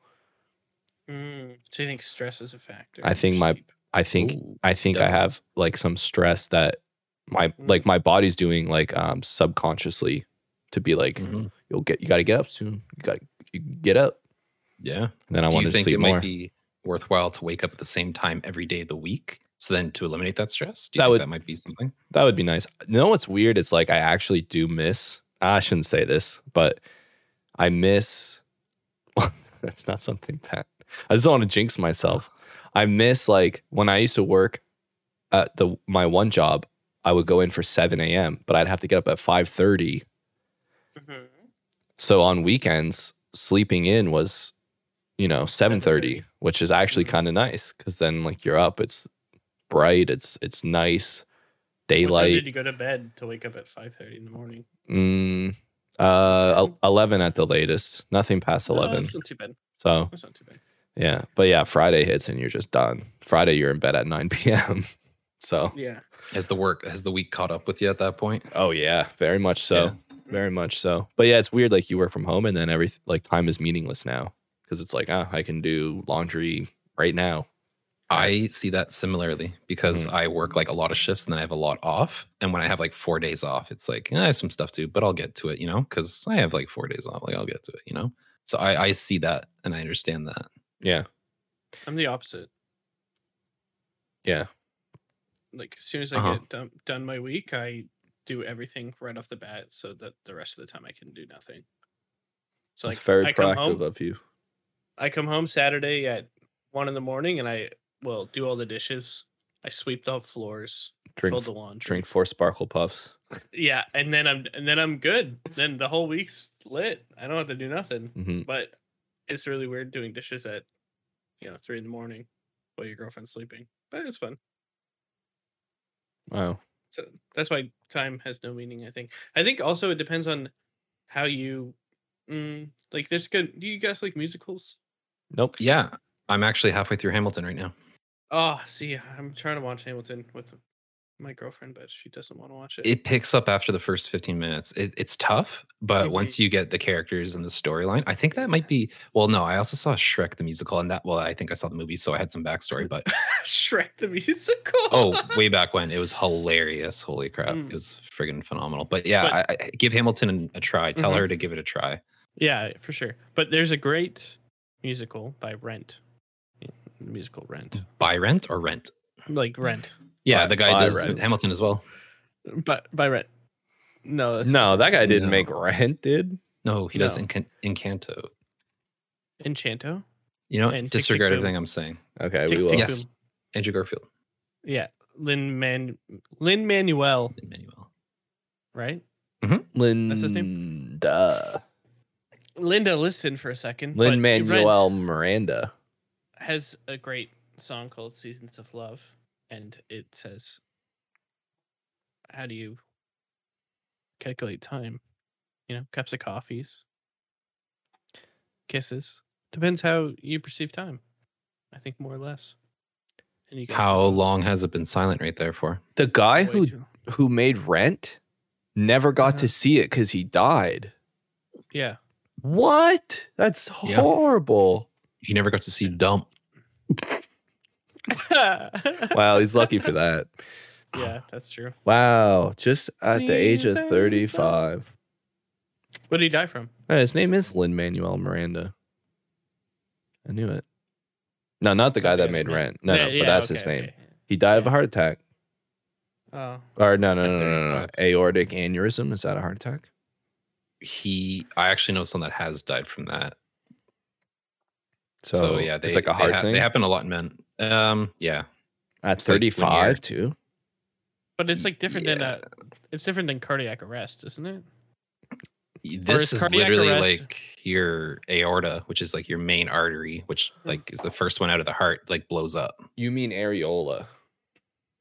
S3: Mm, so you think stress is a factor?
S1: I
S3: in
S1: think
S3: your
S1: my-
S3: sleep?
S1: I think
S2: Ooh,
S1: I think I have like some stress that my
S3: Mm.
S1: like my body's doing like um subconsciously to be like
S2: mhm.
S1: you'll get you gotta get up soon. You gotta you get up.
S2: Yeah.
S1: And then I
S2: Do
S1: want
S2: you
S1: to
S2: think
S1: sleep
S2: it
S1: more.
S2: might be worthwhile to wake up at the same time every day of the week? So then to eliminate that stress, do you
S1: That
S2: think
S1: would-
S2: that might be something?
S1: That would be nice. You know what's weird? It's like I actually do miss. I shouldn't say this, but I miss. that's not something bad. I just don't want to jinx myself. I miss like when I used to work at the my one job. I would go in for seven a.m., but I'd have to get up at five thirty.
S3: Mhm.
S1: So on weekends, sleeping in was, you know, seven thirty, which is actually kind of nice because then like you're up. It's bright. It's it's nice.
S3: What time
S1: Daylight.
S3: did you go to bed to wake up at five thirty in the morning?
S1: Mm, uh,
S3: Ten?
S1: el- eleven at the latest. Nothing past
S3: No,
S1: eleven. Oh.
S3: Oh, that's not too bad.
S1: so
S3: That's not too bad.
S1: yeah, but yeah, Friday hits and you're just done. Friday you're in bed at nine p.m. So
S3: Yeah.
S2: Has the work has the week caught up with you at that point?
S1: oh yeah, very much so, very much so. But yeah, it's weird. Like you work from home and then every like time is meaningless now because it's like ah, I can do laundry right now.
S2: I see that similarly because I work like a lot of shifts and then I have a lot off. And when I have like four days off, it's like, "Eh, I have some stuff to, do, but I'll get to it, you know, because I have like four days off. Like I'll get to it, you know? So I, I see that and I understand that.
S1: Yeah,
S3: I'm the opposite.
S1: yeah.
S3: Like as soon as I
S2: Uh-huh.
S3: get done, done my week, I do everything right off the bat, so that the rest of the time I can do nothing. So like
S1: it's very
S3: I come
S1: proactive
S3: home,
S1: of you.
S3: I come home Saturday at one in the morning, and I will do all the dishes. I sweep the floors,
S1: Drink
S3: fold
S1: f-
S3: the laundry.
S1: drink four sparkle puffs.
S3: Yeah, and then I'm and then I'm good. Then the whole week's lit. I don't have to do nothing.
S1: hmm
S3: But it's really weird doing dishes at you know three in the morning while your girlfriend's sleeping. But it's fun.
S1: Wow.
S3: So that's why time has no meaning. I think. I think also it depends on how you mm, like. There's good. Do you guys like musicals?
S1: Nope.
S2: Yeah. I'm actually halfway through Hamilton right now.
S3: Oh, see, I'm trying to watch Hamilton with my girlfriend, but she doesn't want to watch it.
S2: It picks up after the first 15 minutes. It, it's tough, but
S3: Mhm.
S2: once you get the characters and the storyline, I think that might be. Well, no, I also saw Shrek the musical and that. Well, I think I saw the movie, so I had some backstory, but
S3: Shrek the musical.
S2: oh, way back when it was hilarious. Holy crap,
S3: Mm.
S2: it was friggin' phenomenal. But yeah,
S3: But-
S2: I, I, give Hamilton an- a try. Tell
S3: Mhm.
S2: her to give it a try.
S3: Yeah, for sure. But there's a great musical by Rent. Yeah, The musical Rent.
S2: Buy rent or rent?
S3: Like Rent.
S2: Yeah,
S1: Buy-
S2: the guy
S1: buy
S2: does
S1: Rent.
S2: Hamilton as well.
S3: But by Rent. No, that's
S1: No, that guy didn't
S2: No.
S1: make rent, did?
S2: No, he does
S3: No.
S2: Encan- Encanto.
S3: Enchanto.
S2: You know,
S3: And Tick, Tick,
S2: disregard
S3: Boom.
S2: everything I'm saying.
S1: Okay,
S3: Tick,
S1: we will.
S3: tick,
S2: Yes.
S3: boom.
S2: Andrew Garfield,
S3: Yeah. Lin Man Lin Manuel,
S2: Emmanuel.
S3: right?
S1: Lin-
S3: his
S1: name.
S3: Linda, listen for a second. but
S1: Lin
S3: Rent
S1: Manuel Miranda.
S3: has a great song called Seasons of Love, and it says, How do you calculate time? You know, cups of coffees, kisses. Depends how you perceive time. I think more or less. And you
S2: How long has it been silent right there for?
S1: The guy
S3: I
S1: who who made Rent never got
S3: Uh-huh.
S1: to see it because he died.
S3: Yeah.
S1: What? That's
S2: Yeah.
S1: horrible.
S2: He never got to see Dump.
S1: Wow, he's lucky for that.
S3: yeah, that's true.
S1: Wow, just at the age of
S3: Seems like
S1: 35.
S3: What did he die from?
S1: Hey, his name is Lin Manuel Miranda. I knew it. No, not the guy that
S3: Something
S1: made
S3: like
S1: Rent. No, no,
S3: Yeah,
S1: but that's his
S3: okay,
S1: name.
S3: okay.
S1: He died of a
S3: Yeah.
S1: heart attack.
S3: Oh,
S1: Or no, no,
S2: At
S1: no, no, no, no.
S2: 35.
S1: Aortic aneurysm. Is that a heart attack?
S2: He, I actually know someone that has died from that.
S1: So,
S2: So, yeah, they,
S1: it's like a
S2: they
S1: heart
S2: ha-
S1: thing.
S2: They happen a lot in men. Um, yeah,
S1: at
S2: like when you're-
S1: 35 too.
S3: but it's like different than
S2: Yeah.
S3: a, it's different than cardiac arrest, isn't it?
S2: this
S3: is
S2: is
S3: cardiac
S2: literally
S3: arrest-
S2: like your aorta which is like your main artery which like is the first one out of the heart like blows up
S1: You mean areola?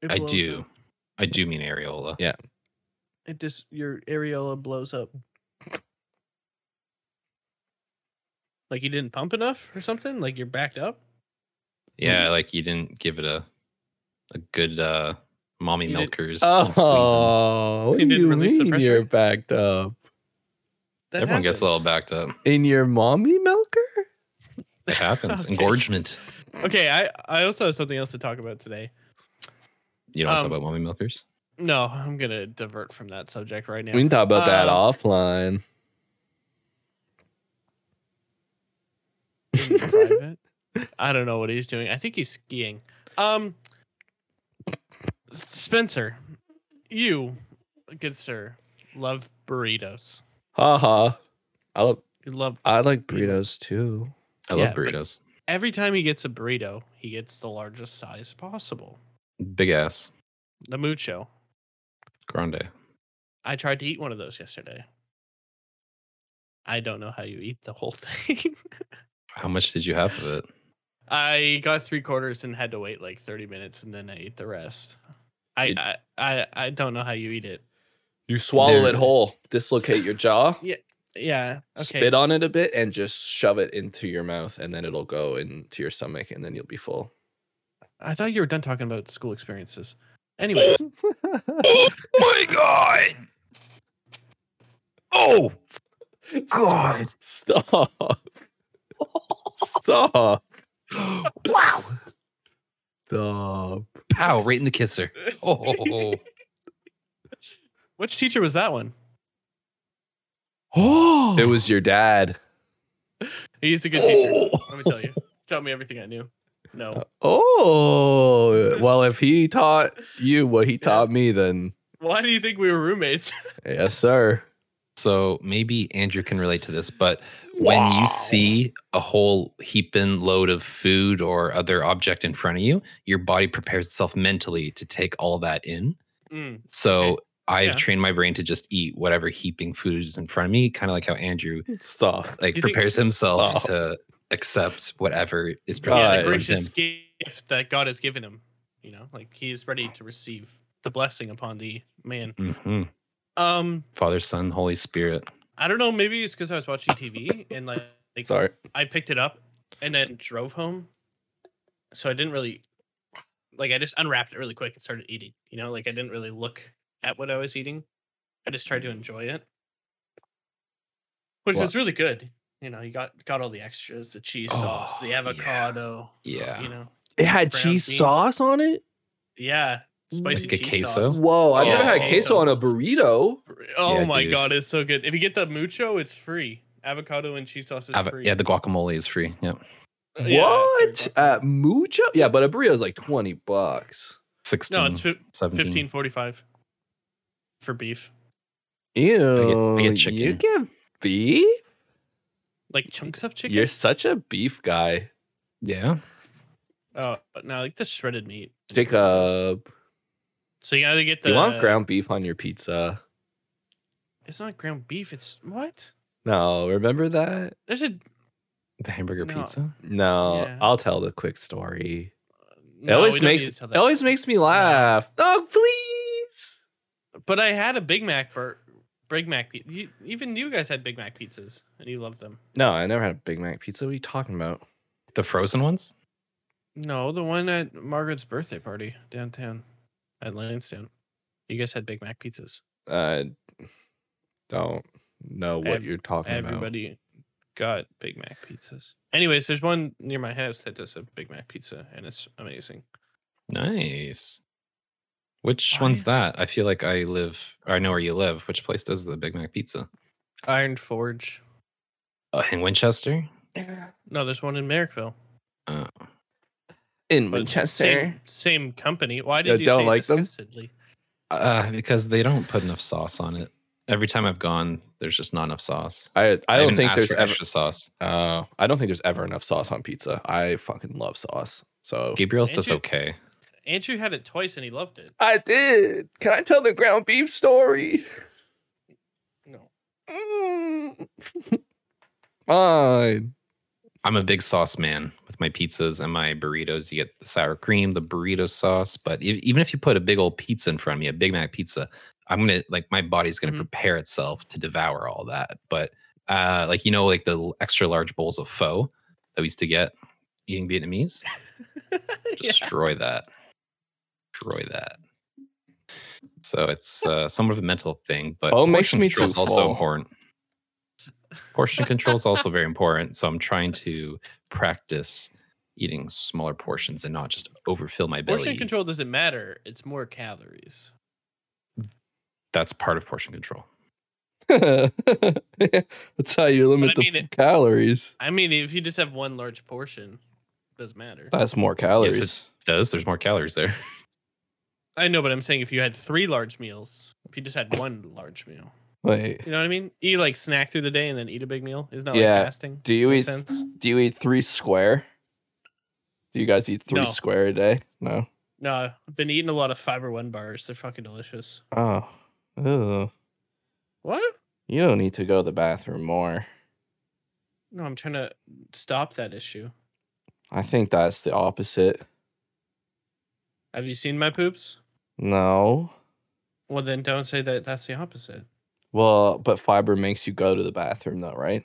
S3: It
S2: i
S3: blows
S2: do
S3: up.
S2: i do mean areola
S1: Yeah.
S3: It just your areola blows up. Like you didn't pump enough or something? Like you're backed up?
S2: yeah like you didn't give it a a good uh, mommy
S3: You did- Oh,
S2: milkers. squeeze in.
S1: Oh, what
S3: He
S1: do
S3: didn't
S1: you
S3: release the
S1: mean
S3: press
S1: you're
S3: release.
S1: backed up
S3: That
S2: Everyone gets a little
S3: happens.
S2: backed up.
S1: in your mommy milker?
S2: It happens.
S3: Okay.
S2: Engorgement.
S3: Okay, I I also have something else to talk about today.
S2: You don't want
S3: Um,
S2: to talk about mommy milkers?
S3: No, I'm gonna divert from that subject right now.
S1: We can talk about that
S3: Um,
S1: offline.
S3: in private. I don't know what he's doing. I think he's skiing. Um, S- Spencer, you, good sir, love burritos.
S1: Haha. I love
S3: You love
S1: I like burritos too.
S2: I
S3: yeah,
S2: love
S3: but-
S2: burritos.
S3: every time he gets a burrito, he gets the largest size possible.
S2: Big ass.
S3: The mucho.
S2: Grande.
S3: I tried to eat one of those yesterday. I don't know how you eat the whole thing.
S2: How much did you have of it?
S3: I got three quarters and had to wait like 30 minutes and then I ate the rest. I,
S1: It-
S3: I, I, I don't know how you eat it.
S1: You swallow
S2: There's-
S1: it whole, dislocate your jaw,
S3: Yeah.
S1: spit on it a bit, and just shove it into your mouth, and then it'll go into your stomach, and then you'll be full.
S3: I thought you were done talking about school experiences. Anyways,
S2: oh my god! Oh God.
S1: Stop. Stop.
S2: wow!
S1: Stop.
S2: Pow! Right in the kisser. Oh,
S3: which teacher was that one?
S2: oh.
S1: It was your dad.
S3: He's a good teacher. Let me tell you. Tell me everything I knew.
S1: Uh,
S3: No.
S1: Oh, well, if he taught you what he taught me, then
S3: Why do you think we were roommates?
S1: yes, sir.
S2: So maybe Andrew can relate to this, but when
S1: Wow.
S2: you see a whole heaping load of food or other object in front of you, your body prepares itself mentally to take all that in.
S3: Mm,
S2: So
S3: Okay.
S2: I've
S3: Yeah.
S2: trained my brain to just eat whatever heaping food is in front of me, kind of like how Andrew
S1: Stop.
S2: like
S3: You think-
S2: prepares himself
S1: Oh.
S2: to accept whatever is
S3: yeah,
S1: Right.
S2: presented in front
S3: the
S2: of
S3: gracious
S2: him.
S3: gift that God has given him. You know, like he is ready to receive the blessing upon thee, man.
S2: Mhm.
S3: Um,
S2: Father, Son, Holy Spirit.
S3: I don't know. Maybe it's because I was watching TV and like, like
S1: Sorry.
S3: I picked it up and then drove home. So I didn't really like I just unwrapped it really quick and started eating. You know, like I didn't really look at what I was eating. I just tried to enjoy it. Which
S1: Well-
S3: was really good. You know, you got got all the extras, the cheese sauce,
S2: Oh,
S3: the
S2: yeah.
S3: avocado,
S2: Yeah.
S3: you know.
S1: It had
S3: Brown
S1: cheese
S3: beans.
S1: sauce on it?
S3: Yeah, spicy
S2: Like a
S3: cheese
S2: queso?
S3: sauce.
S1: Whoa, I've
S3: Oh,
S1: never had
S3: okay,
S1: queso
S3: so-
S1: on a burrito.
S3: Oh
S2: Yeah,
S3: my
S2: dude.
S3: god, it's so good. If you get the mucho, it's free. Avocado and cheese sauce is
S2: Ava-
S3: free.
S2: yeah, the guacamole is free. Yep.
S3: Uh, yeah, it's
S1: what? Uh,
S3: free.
S1: At Mucho? Yeah, but a burrito is like 20 bucks.
S2: 16.
S3: No, it's fi-
S2: 17.
S3: Fifteen forty-five for beef,
S1: Ew.
S2: I get chicken.
S1: You get beef?
S3: like chunks of chicken.
S1: You're such a beef guy.
S2: Yeah.
S3: Oh, but no, like the shredded meat. is really gross.
S1: Jacob,
S3: So you gotta get the.
S1: uh, you want ground beef on your pizza?
S3: It's not ground beef. It's what?
S1: No, remember that?
S3: There's a.
S2: The hamburger
S3: No.
S2: pizza.
S1: No,
S3: Yeah.
S1: I'll tell the quick story.
S3: no,
S1: it
S3: we
S1: always
S3: don't need
S1: makes
S3: to tell
S1: it
S3: that.
S1: always makes me laugh. Oh, please.
S3: But I had a Big Mac bur- Big Mac pizza. You, even you guys had Big Mac pizzas, and you loved them.
S1: No, I never had a Big Mac pizza. What are you talking about?
S2: The frozen ones?
S3: No, the one at Margaret's birthday party downtown, at Lansdowne. You guys had Big Mac pizzas.
S1: Uh, don't know what
S3: Ev-
S1: you're talking about.
S3: Everybody got Big Mac pizzas. Anyways, there's one near my house that does a Big Mac pizza, and it's amazing.
S2: Nice. Which
S3: Oh,
S2: one's that? I feel like I live, or I know where you live. Which place does the Big Mac pizza?
S3: Iron Forge.
S2: Uh, in Winchester?
S3: No, there's one in Merrickville.
S2: Uh,
S1: In
S3: but
S1: Winchester.
S3: Same, same company. Why
S1: Yeah,
S3: did you
S1: don't
S3: say
S1: like them?
S3: disgustedly?
S2: uh, because they don't put enough sauce on it. Every time I've gone, there's just not enough sauce.
S1: I I don't
S2: even
S1: think
S2: asked
S1: there's
S2: for
S1: ever
S2: extra sauce.
S1: uh, I don't think there's ever enough sauce on pizza. I fucking love sauce. So
S2: Gabriel's does
S3: Andrew-
S2: okay.
S3: Andrew had it twice and he loved it.
S1: I did. Can I tell the ground beef story?
S3: No.
S1: Mm. Fine.
S2: I'm a big sauce man with my pizzas and my burritos. You get the sour cream, the burrito sauce. But e- even if you put a big old pizza in front of me, a Big Mac pizza, I'm gonna like my body's gonna
S3: Mhm.
S2: prepare itself to devour all that. But uh, like you know, like the l- extra large bowls of pho that we used to get eating Vietnamese,
S3: Yeah.
S2: destroy that. destroy that. So it's uh, somewhat of a mental thing, but
S1: Oh, makes me
S2: control is also
S1: truthful.
S2: important. Portion control is also very important. So I'm trying to practice eating smaller portions and not just overfill my belly.
S3: Portion control doesn't matter. It's more calories.
S2: That's part of portion control.
S1: That's how you limit
S3: I
S1: the
S3: mean it-
S1: calories.
S3: I mean, if you just have one large portion, it doesn't matter.
S1: That's more calories.
S2: Yes, it does. There's more calories there.
S3: I know, but I'm saying if you had three large meals, if you just had one large meal,
S1: Wait,
S3: you know what I mean? You like snack through the day and then eat a big meal. Isn't that
S1: Yeah.
S3: like fasting?
S1: do you eat?
S3: Makes sense.
S1: Do you eat three square? Do you guys eat three
S3: No.
S1: square a day? No.
S3: No, I've been eating a lot of fiber one bars. They're fucking delicious.
S1: Oh, Ew.
S3: What?
S1: you don't need to go to the bathroom more.
S3: No, I'm trying to stop that issue.
S1: I think that's the opposite.
S3: Have you seen my poops?
S1: No.
S3: Well, then don't say that. That's the opposite.
S1: Well, but fiber makes you go to the bathroom, though, right?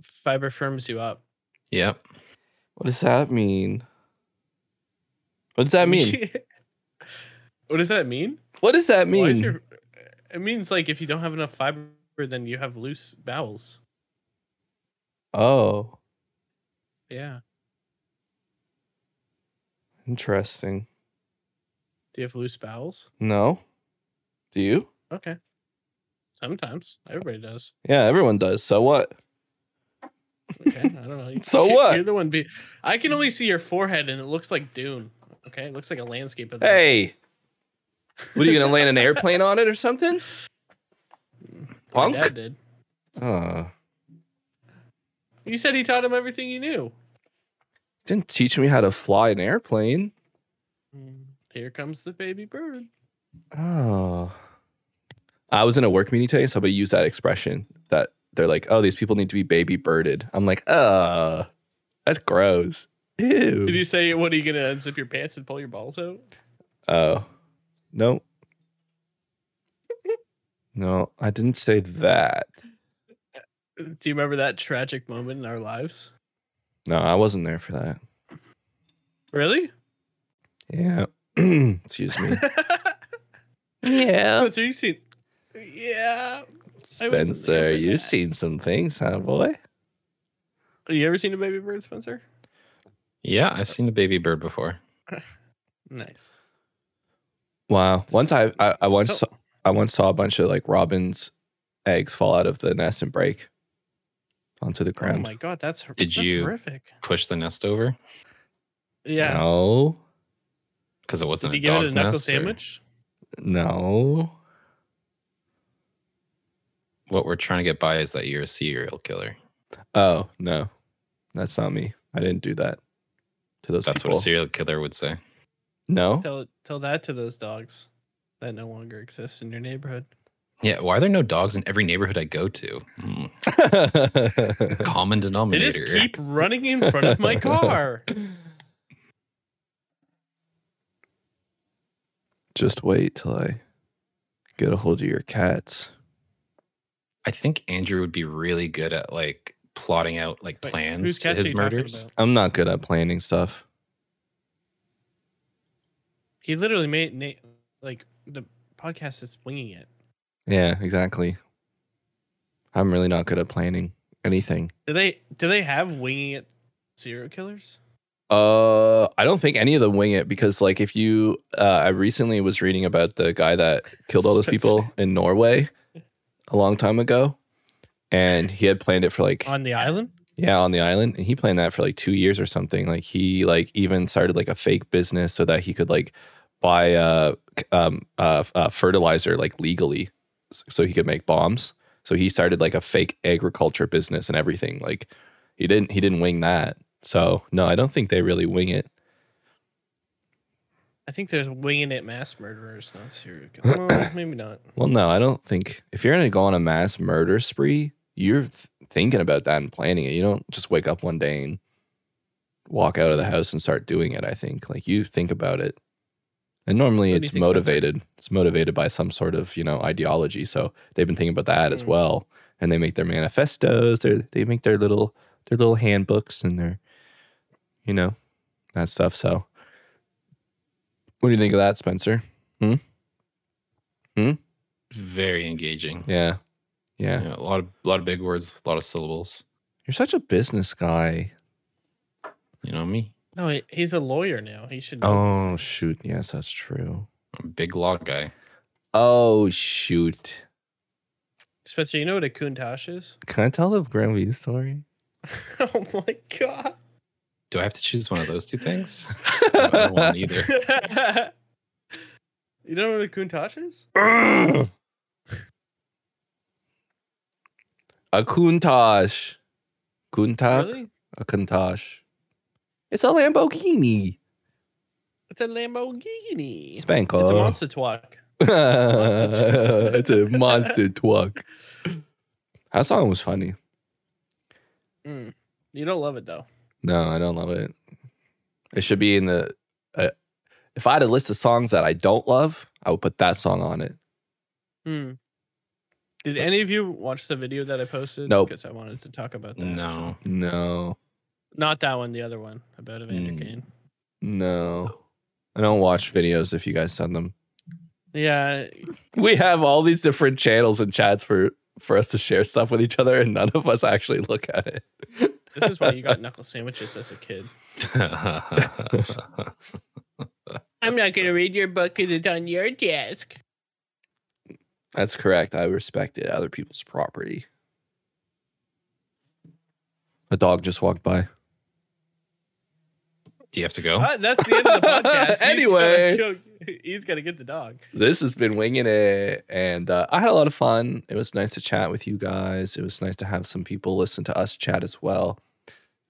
S3: Fiber firms you up.
S2: Yep.
S1: What does that mean? What does
S3: Oh,
S1: that mean?
S3: what does that mean?
S1: What does that
S3: Why is
S1: mean?
S3: your- it means like if you don't have enough fiber, then you have loose bowels.
S1: Oh,
S3: Yeah.
S1: interesting.
S3: Do you have loose bowels?
S1: No. Do you?
S3: Okay. Sometimes everybody does.
S1: Yeah, everyone does. So what?
S3: Okay. I don't know. You-
S1: So what?
S3: You're the one. Be- I can only see your forehead, and it looks like Dune. Okay, it looks like a landscape of the
S1: Hey, what are you gonna land an airplane on it or something?
S3: My
S1: Punk?
S3: dad did.
S1: Uh,
S3: You said he taught him everything he knew.
S1: didn't teach me how to fly an airplane.
S3: Mm. Here comes the baby bird.
S1: Oh. I was in a work meeting today, and somebody used that expression that they're like, oh, these people need to be baby birded. I'm like, uh, that's gross. Ew.
S3: Did he say, "What are you gonna unzip your pants and pull your balls out"?
S1: Oh, no. No, I didn't say that.
S3: Do you remember that tragic moment in our lives?
S1: No, I wasn't there for that.
S3: Really?
S1: Yeah. Excuse me. Yeah.
S3: Spencer, you Oh, seen? Yeah. I wasn't there
S1: Spencer,
S3: for
S1: you've
S3: that.
S1: seen some things, huh, boy?
S3: You ever seen a baby bird, Spencer?
S2: Yeah, I've seen a baby bird before.
S3: Nice.
S1: Wow. Once I, I, I once
S3: So- oh
S1: saw, I once saw a bunch of like robins' eggs fall out of the nest and break onto the
S3: Oh
S1: ground.
S3: my god, that's hor-
S2: Did
S3: that's
S2: you-
S3: horrific.
S2: Push the nest over
S3: Yeah.
S1: No,
S2: because it
S3: Did
S2: wasn't
S3: you
S2: a
S3: give it
S2: dog's
S3: a knuckle
S2: nest. or-
S3: sandwich?
S1: no.
S2: What we're trying to get by is that you're a serial killer.
S1: Oh no, that's not me. I didn't do that to those
S2: That's
S1: people.
S2: what a serial killer would say. Oh.
S1: no,
S3: Tell tell that to those dogs that no longer exist in your neighborhood.
S2: Yeah, why are there no dogs in every neighborhood I go to? Hmm, Common
S3: They just
S2: denominator.
S3: keep running in front of my car.
S1: just wait till I get a hold of your cats.
S2: I think Andrew would be really good at like plotting out like
S3: Wait,
S2: plans
S3: Whose
S2: to
S3: cats are
S2: his
S3: you talking
S2: murders.
S3: about?
S1: I'm not good at planning stuff.
S3: He literally made na- like the podcast is winging it.
S1: Yeah, exactly. I'm really not good at planning anything.
S3: Do they do they have winging it serial killers?
S1: Uh, I don't think any of them wing it because, like, if you, uh, I recently was reading about the guy that killed all those people in Norway a long time ago, and he had planned it for like,
S3: On the island?
S1: yeah, on the island, and he planned that for like two years or something. Like, he like even started like a fake business so that he could like buy uh c- um uh, f- uh fertilizer like legally, s- so he could make bombs. So he started like a fake agriculture business and everything. Like, he didn't he didn't wing that. So no, I don't think they really wing it.
S3: I think there's winging it mass murderers, not serial killers. Well, maybe not.
S1: Well, no, I don't think if you're gonna go on a mass murder spree, you're th- thinking about that and planning it. You don't just wake up one day and walk out of the house and start doing it. I think like you think about it, and normally
S3: What do you
S1: it's
S3: think about that?
S1: motivated. It's motivated by some sort of you know ideology. So they've been thinking about that as
S3: Mm.
S1: well, and they make their manifestos. They they make their little their little handbooks and their you know that stuff. So What do you think of that, Spencer?
S2: Very engaging.
S1: Yeah. Yeah.
S2: You know, a lot of lot of big words, a lot of syllables.
S1: You're such a business guy.
S2: You know me.
S3: No, he- he's a lawyer now. He should. know these
S1: Oh,
S3: things.
S1: shoot. Yes, that's true.
S2: I'm a big law guy.
S1: Oh, shoot.
S3: Spencer, you know what a Countach is?
S1: Can I tell the Granby story?
S3: oh my god.
S2: Do I have to choose one of those two things? I don't want either.
S3: you know what a Countach is?
S1: a Countach. Countach?
S3: Really?
S1: A Countach. It's a Lamborghini.
S3: It's a Lamborghini.
S1: Spanko.
S3: It's a monster twat. truck.
S1: it's a monster truck. That song was funny.
S3: Mm. You don't love it though.
S1: No, I don't love it. It should be in the. Uh, if I had a list of songs that I don't love, I would put that song on it.
S3: Hmm. Did any of you watch the video that I posted?
S1: Nope.
S3: Because I wanted to talk about that. so-
S2: No.
S1: No,
S3: Not that one, the other one about Evander
S2: Mm.
S3: Kane.
S1: no. I don't watch videos if you guys send them.
S3: Yeah.
S1: We have all these different channels and chats for for us to share stuff with each other, and none of us actually look at it.
S3: This is why you got knuckle sandwiches as a kid. I'm not going to read your book because it's on your desk.
S1: That's correct. I respect it. Other people's property. A dog just walked by.
S2: Do you have to go?
S3: Ah, that's the end of the podcast. He's gonna
S1: Anyway.
S3: go- he's going to get the dog.
S1: this has been winging it and uh, i had a lot of fun it was nice to chat with you guys it was nice to have some people listen to us chat as well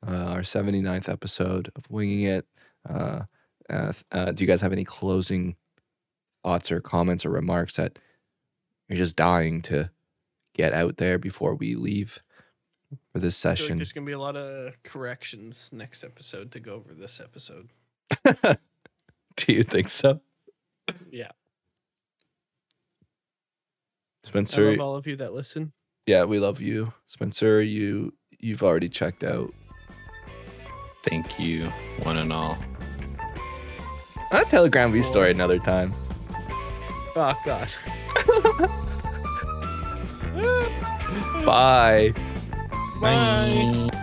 S1: uh, our 79th episode of winging it uh, uh, th- uh, do you guys have any closing thoughts or comments or remarks that you're just dying to get out there before we leave for this
S3: I feel like
S1: session
S3: there's going to be a lot of corrections next episode to go over this episode.
S1: do you think so
S3: Yeah.
S1: spencer
S3: I love all of you that listen.
S1: yeah we love you spencer you you've already checked out
S2: Thank you, one and all.
S1: I'll tell the Ground Beef story another time.
S3: Oh, God.
S1: Bye.
S3: Bye.
S2: Bye.